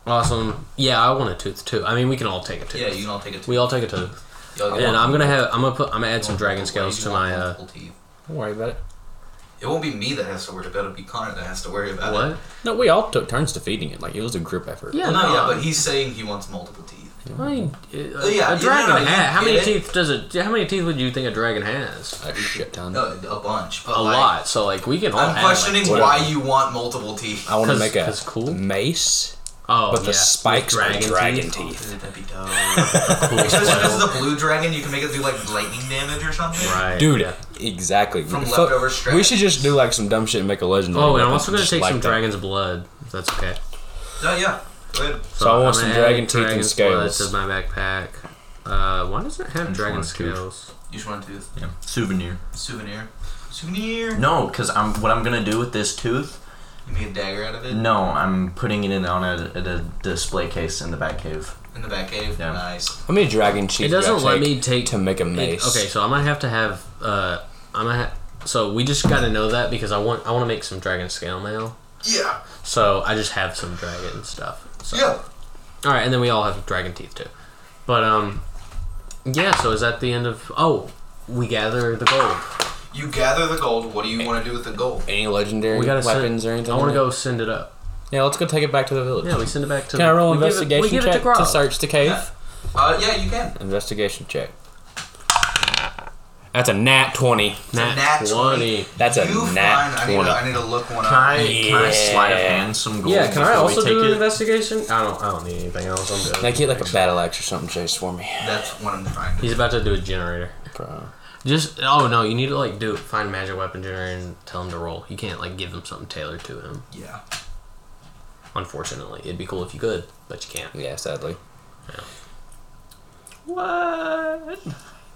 Speaker 4: Awesome. Yeah, I want a tooth too. I mean, we can all take a tooth.
Speaker 1: Yeah, you can all take it.
Speaker 4: We all take a tooth.
Speaker 1: Y'all get
Speaker 4: And
Speaker 1: one-
Speaker 4: I'm gonna have I'm gonna put I'm gonna add some
Speaker 1: one-
Speaker 4: dragon
Speaker 1: one-
Speaker 4: scales
Speaker 1: you
Speaker 4: to
Speaker 1: want
Speaker 4: my uh
Speaker 1: multiple teeth.
Speaker 3: Don't worry about it.
Speaker 1: It won't be me that has to worry about it. It'll be Connor that has to worry about it.
Speaker 4: what?
Speaker 3: No, we all took turns defeating it. Like it was a group effort.
Speaker 4: Yeah.
Speaker 1: Well, no, yeah,
Speaker 4: no.
Speaker 1: but he's saying he wants multiple teeth.
Speaker 4: I mean, uh,
Speaker 1: yeah,
Speaker 4: a dragon
Speaker 1: no, no, you
Speaker 4: ha- How many
Speaker 1: get it.
Speaker 4: teeth does it? How many teeth would you think a dragon has?
Speaker 3: A shit ton.
Speaker 1: No, a bunch, but
Speaker 4: A
Speaker 1: like,
Speaker 4: lot. So like we can all.
Speaker 1: I'm
Speaker 4: have,
Speaker 1: questioning
Speaker 4: like,
Speaker 1: why you want multiple teeth.
Speaker 3: I want to
Speaker 4: 'Cause-
Speaker 3: make a
Speaker 4: 'cause cool?
Speaker 3: mace,
Speaker 4: Oh,
Speaker 3: but
Speaker 4: yeah.
Speaker 3: the spikes
Speaker 4: With
Speaker 3: are dragon
Speaker 4: teeth.
Speaker 3: teeth.
Speaker 1: Oh, Dude, that'd be dope. Especially if it's the blue dragon, you can make it do like lightning damage or something.
Speaker 4: Right.
Speaker 3: Dude,
Speaker 4: Yeah.
Speaker 3: exactly.
Speaker 1: From
Speaker 3: Fuck-
Speaker 1: leftover scraps.
Speaker 3: We should just do like some dumb shit and make a legendary.
Speaker 4: Oh, and I'm
Speaker 3: weapon,
Speaker 4: also gonna
Speaker 3: just
Speaker 4: take
Speaker 3: like
Speaker 4: some
Speaker 3: that.
Speaker 4: dragon's blood. If that's okay.
Speaker 1: No, yeah. Go ahead.
Speaker 3: So I
Speaker 4: I'm
Speaker 3: want
Speaker 4: gonna
Speaker 3: some
Speaker 4: add
Speaker 3: dragon teeth and
Speaker 4: dragon's blood
Speaker 3: scales.
Speaker 4: To my backpack. Uh, why does it have
Speaker 5: just
Speaker 4: dragon
Speaker 5: want a tooth.
Speaker 4: scales?
Speaker 1: You just want a tooth.
Speaker 5: Yeah. Souvenir.
Speaker 1: Souvenir. Souvenir.
Speaker 5: No, because I'm what I'm gonna do with this tooth.
Speaker 1: You make a dagger out of it
Speaker 5: No, I'm putting it in on a, at a display case in the back cave.
Speaker 1: in the back cave.
Speaker 5: Yeah.
Speaker 1: Nice.
Speaker 3: How many dragon teeth?
Speaker 4: It
Speaker 3: do I
Speaker 4: doesn't let
Speaker 3: take
Speaker 4: me take
Speaker 3: to make a mace.
Speaker 4: Okay, so I'm gonna have to have. Uh, I'm gonna. Ha- so we just gotta know that because I want. I want to make some dragon scale mail.
Speaker 1: Yeah.
Speaker 4: So I just have some dragon stuff. So.
Speaker 1: Yeah.
Speaker 4: All right, and then we all have dragon teeth too. But um, yeah. So is that the end of? Oh, we gather the gold.
Speaker 1: You gather the gold. What do you want to do with the gold?
Speaker 3: Any legendary
Speaker 4: We gotta
Speaker 3: weapons
Speaker 4: send,
Speaker 3: or anything?
Speaker 4: I want
Speaker 3: like
Speaker 4: to go send it up.
Speaker 3: that? Yeah, let's go take it back to the village.
Speaker 4: Yeah, we send it back to.
Speaker 3: Can I roll
Speaker 4: we give it-
Speaker 3: investigation
Speaker 4: we give
Speaker 3: check
Speaker 4: it to, Grog.
Speaker 3: search the cave?
Speaker 1: Yeah. Uh, yeah, you can.
Speaker 3: Investigation check. That's a nat twenty.
Speaker 4: Nat
Speaker 1: Nat
Speaker 4: 20.
Speaker 3: That's a
Speaker 1: you
Speaker 3: nat
Speaker 1: find. I need,
Speaker 3: twenty.
Speaker 1: to, I need to look one
Speaker 5: Can
Speaker 1: up.
Speaker 5: I, can I slide of
Speaker 3: Yeah.
Speaker 5: hand some gold?
Speaker 4: Yeah, can I
Speaker 5: before we
Speaker 4: also
Speaker 5: take
Speaker 4: do an
Speaker 5: it?
Speaker 4: investigation? I don't. I don't need anything else. I'm good.
Speaker 3: Like get like a battle axe or something chase for me,
Speaker 1: That's what I'm trying to.
Speaker 4: He's about to do a generator.
Speaker 3: bro.
Speaker 4: Just oh no, you need to like do find magic weapon generator and tell him to roll. You can't like give him something tailored to him.
Speaker 1: Yeah.
Speaker 4: Unfortunately, it'd be cool if you could, but you can't.
Speaker 3: Yeah, sadly.
Speaker 5: What?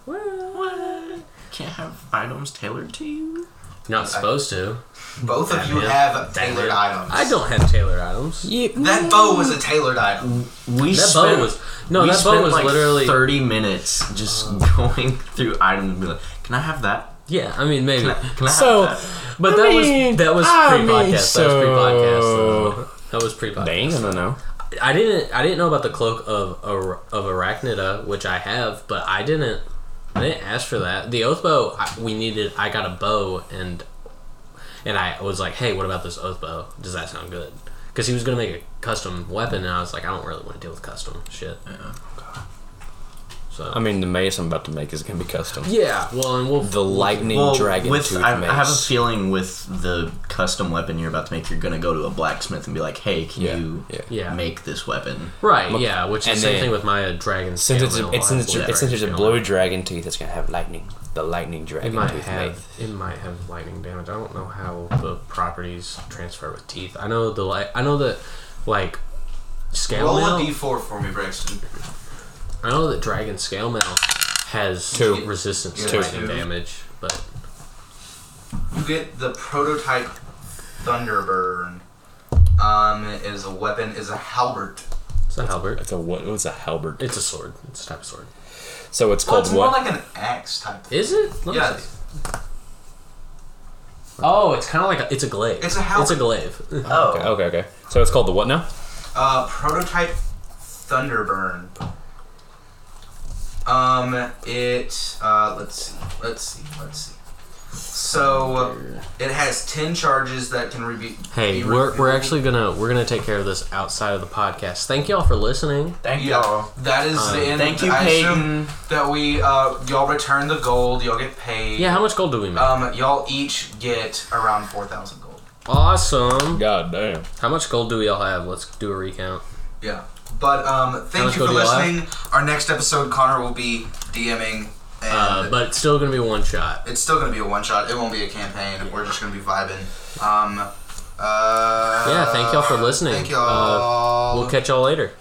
Speaker 5: What? Can't have items tailored to you.
Speaker 4: You're not supposed to.
Speaker 1: Both of you
Speaker 4: Damn it.
Speaker 1: have
Speaker 4: Damn it.
Speaker 1: tailored items.
Speaker 4: I don't have tailored items.
Speaker 3: Yeah.
Speaker 1: That bow was a tailored item.
Speaker 5: We
Speaker 4: That
Speaker 5: spent-
Speaker 4: bow was no.
Speaker 5: we
Speaker 4: that bow
Speaker 5: spent
Speaker 4: was
Speaker 5: like
Speaker 4: literally
Speaker 5: thirty minutes just going through items and be like, "Can I have that?
Speaker 4: yeah. I mean maybe,
Speaker 5: Can I, can I
Speaker 3: So-
Speaker 5: have that?"
Speaker 4: but
Speaker 3: I
Speaker 4: that
Speaker 3: mean,
Speaker 4: was that was
Speaker 3: I
Speaker 4: pre-podcast.
Speaker 3: mean,
Speaker 4: That was pre-podcast.
Speaker 3: so-
Speaker 4: though. That was pre-podcast.
Speaker 3: Dang, I don't know.
Speaker 4: I didn't I didn't know about the cloak of Ar- of Arachnida, which I have, but I didn't I didn't ask for that. The oath bow I, we needed. I got a bow and and I was like, hey, what about this oath bow? Does that sound good? Because he was gonna make a custom weapon, and I was like, I don't really want to deal with custom shit. So
Speaker 3: I mean, the mace I'm about to make is gonna be custom.
Speaker 4: yeah, well, and we'll
Speaker 3: The lightning
Speaker 5: Well,
Speaker 3: dragon
Speaker 5: with
Speaker 3: tooth
Speaker 5: I,
Speaker 3: mace.
Speaker 5: I have a feeling with the custom weapon you're about to make, you're gonna go to a blacksmith and be like, "Hey, can
Speaker 3: Yeah,
Speaker 5: you
Speaker 3: yeah.
Speaker 4: Yeah.
Speaker 5: make this weapon?"
Speaker 4: right, yeah, which
Speaker 3: and
Speaker 4: is the same
Speaker 3: then-
Speaker 4: thing with my uh, dragon.
Speaker 3: Since
Speaker 4: scale
Speaker 3: it's,
Speaker 4: mail.
Speaker 3: a, it's,
Speaker 4: I
Speaker 3: since
Speaker 4: have
Speaker 3: it's,
Speaker 4: blue
Speaker 3: it's since it's a
Speaker 4: dragon
Speaker 3: blue
Speaker 4: scale.
Speaker 3: dragon tooth, it's gonna have lightning. The lightning
Speaker 4: It
Speaker 3: dragon
Speaker 4: might
Speaker 3: tooth
Speaker 4: have
Speaker 3: mace.
Speaker 4: it might have lightning damage. I don't know how the properties transfer with teeth. I know the li- I know that like scale
Speaker 1: Roll a
Speaker 4: mail.
Speaker 1: d4 for me, Braxton.
Speaker 4: I know that dragon scale mail has
Speaker 3: Two.
Speaker 4: resistance
Speaker 1: Yeah,
Speaker 4: to lightning
Speaker 1: two.
Speaker 4: damage, but
Speaker 1: You get the prototype Thunderburn. Um, it is a weapon. Is a halbert.
Speaker 4: it's a halberd.
Speaker 3: It's a what? It's a halberd.
Speaker 4: It's a sword. It's a type of sword.
Speaker 3: So it's
Speaker 1: Well,
Speaker 3: called
Speaker 1: it's more
Speaker 3: what?
Speaker 1: like an axe type. Thing.
Speaker 4: Is it? Let me
Speaker 1: Yeah,
Speaker 4: see. Oh, it's kind of like a, it's a glaive.
Speaker 1: It's a halberd.
Speaker 4: It's a glaive.
Speaker 1: Oh.
Speaker 3: okay, okay, okay. So it's called the what now?
Speaker 1: Uh, prototype Thunderburn. Um, it. Uh, let's see. Let's see. Let's see. So it has ten charges that can re- be.
Speaker 4: hey,
Speaker 1: be
Speaker 4: we're, we're
Speaker 1: refueled.
Speaker 4: actually gonna we're gonna take care of this outside of the podcast. Thank y'all for listening.
Speaker 5: Thank
Speaker 1: Yeah, that is
Speaker 4: Um,
Speaker 1: the end.
Speaker 5: Thank you,
Speaker 1: I assume
Speaker 5: Peyton.
Speaker 1: that we uh, y'all return the gold. Y'all get paid.
Speaker 4: Yeah, how much gold do we make?
Speaker 1: Um, y'all each get around four thousand gold.
Speaker 4: awesome.
Speaker 3: God damn.
Speaker 4: How much gold do we all have? Let's do a recount.
Speaker 1: Yeah. But um,
Speaker 4: How
Speaker 1: thank
Speaker 4: much
Speaker 1: you for
Speaker 4: gold do y'all
Speaker 1: listening. Our next episode, Connor will be DMing, and
Speaker 4: Uh, but it's still gonna be one shot.
Speaker 1: it's still gonna be a one shot. It won't be a campaign. We're just gonna be vibing. Um, Uh,
Speaker 4: Yeah, thank y'all for listening.
Speaker 1: Thank y'all. Uh,
Speaker 4: We'll catch uh, y'all later.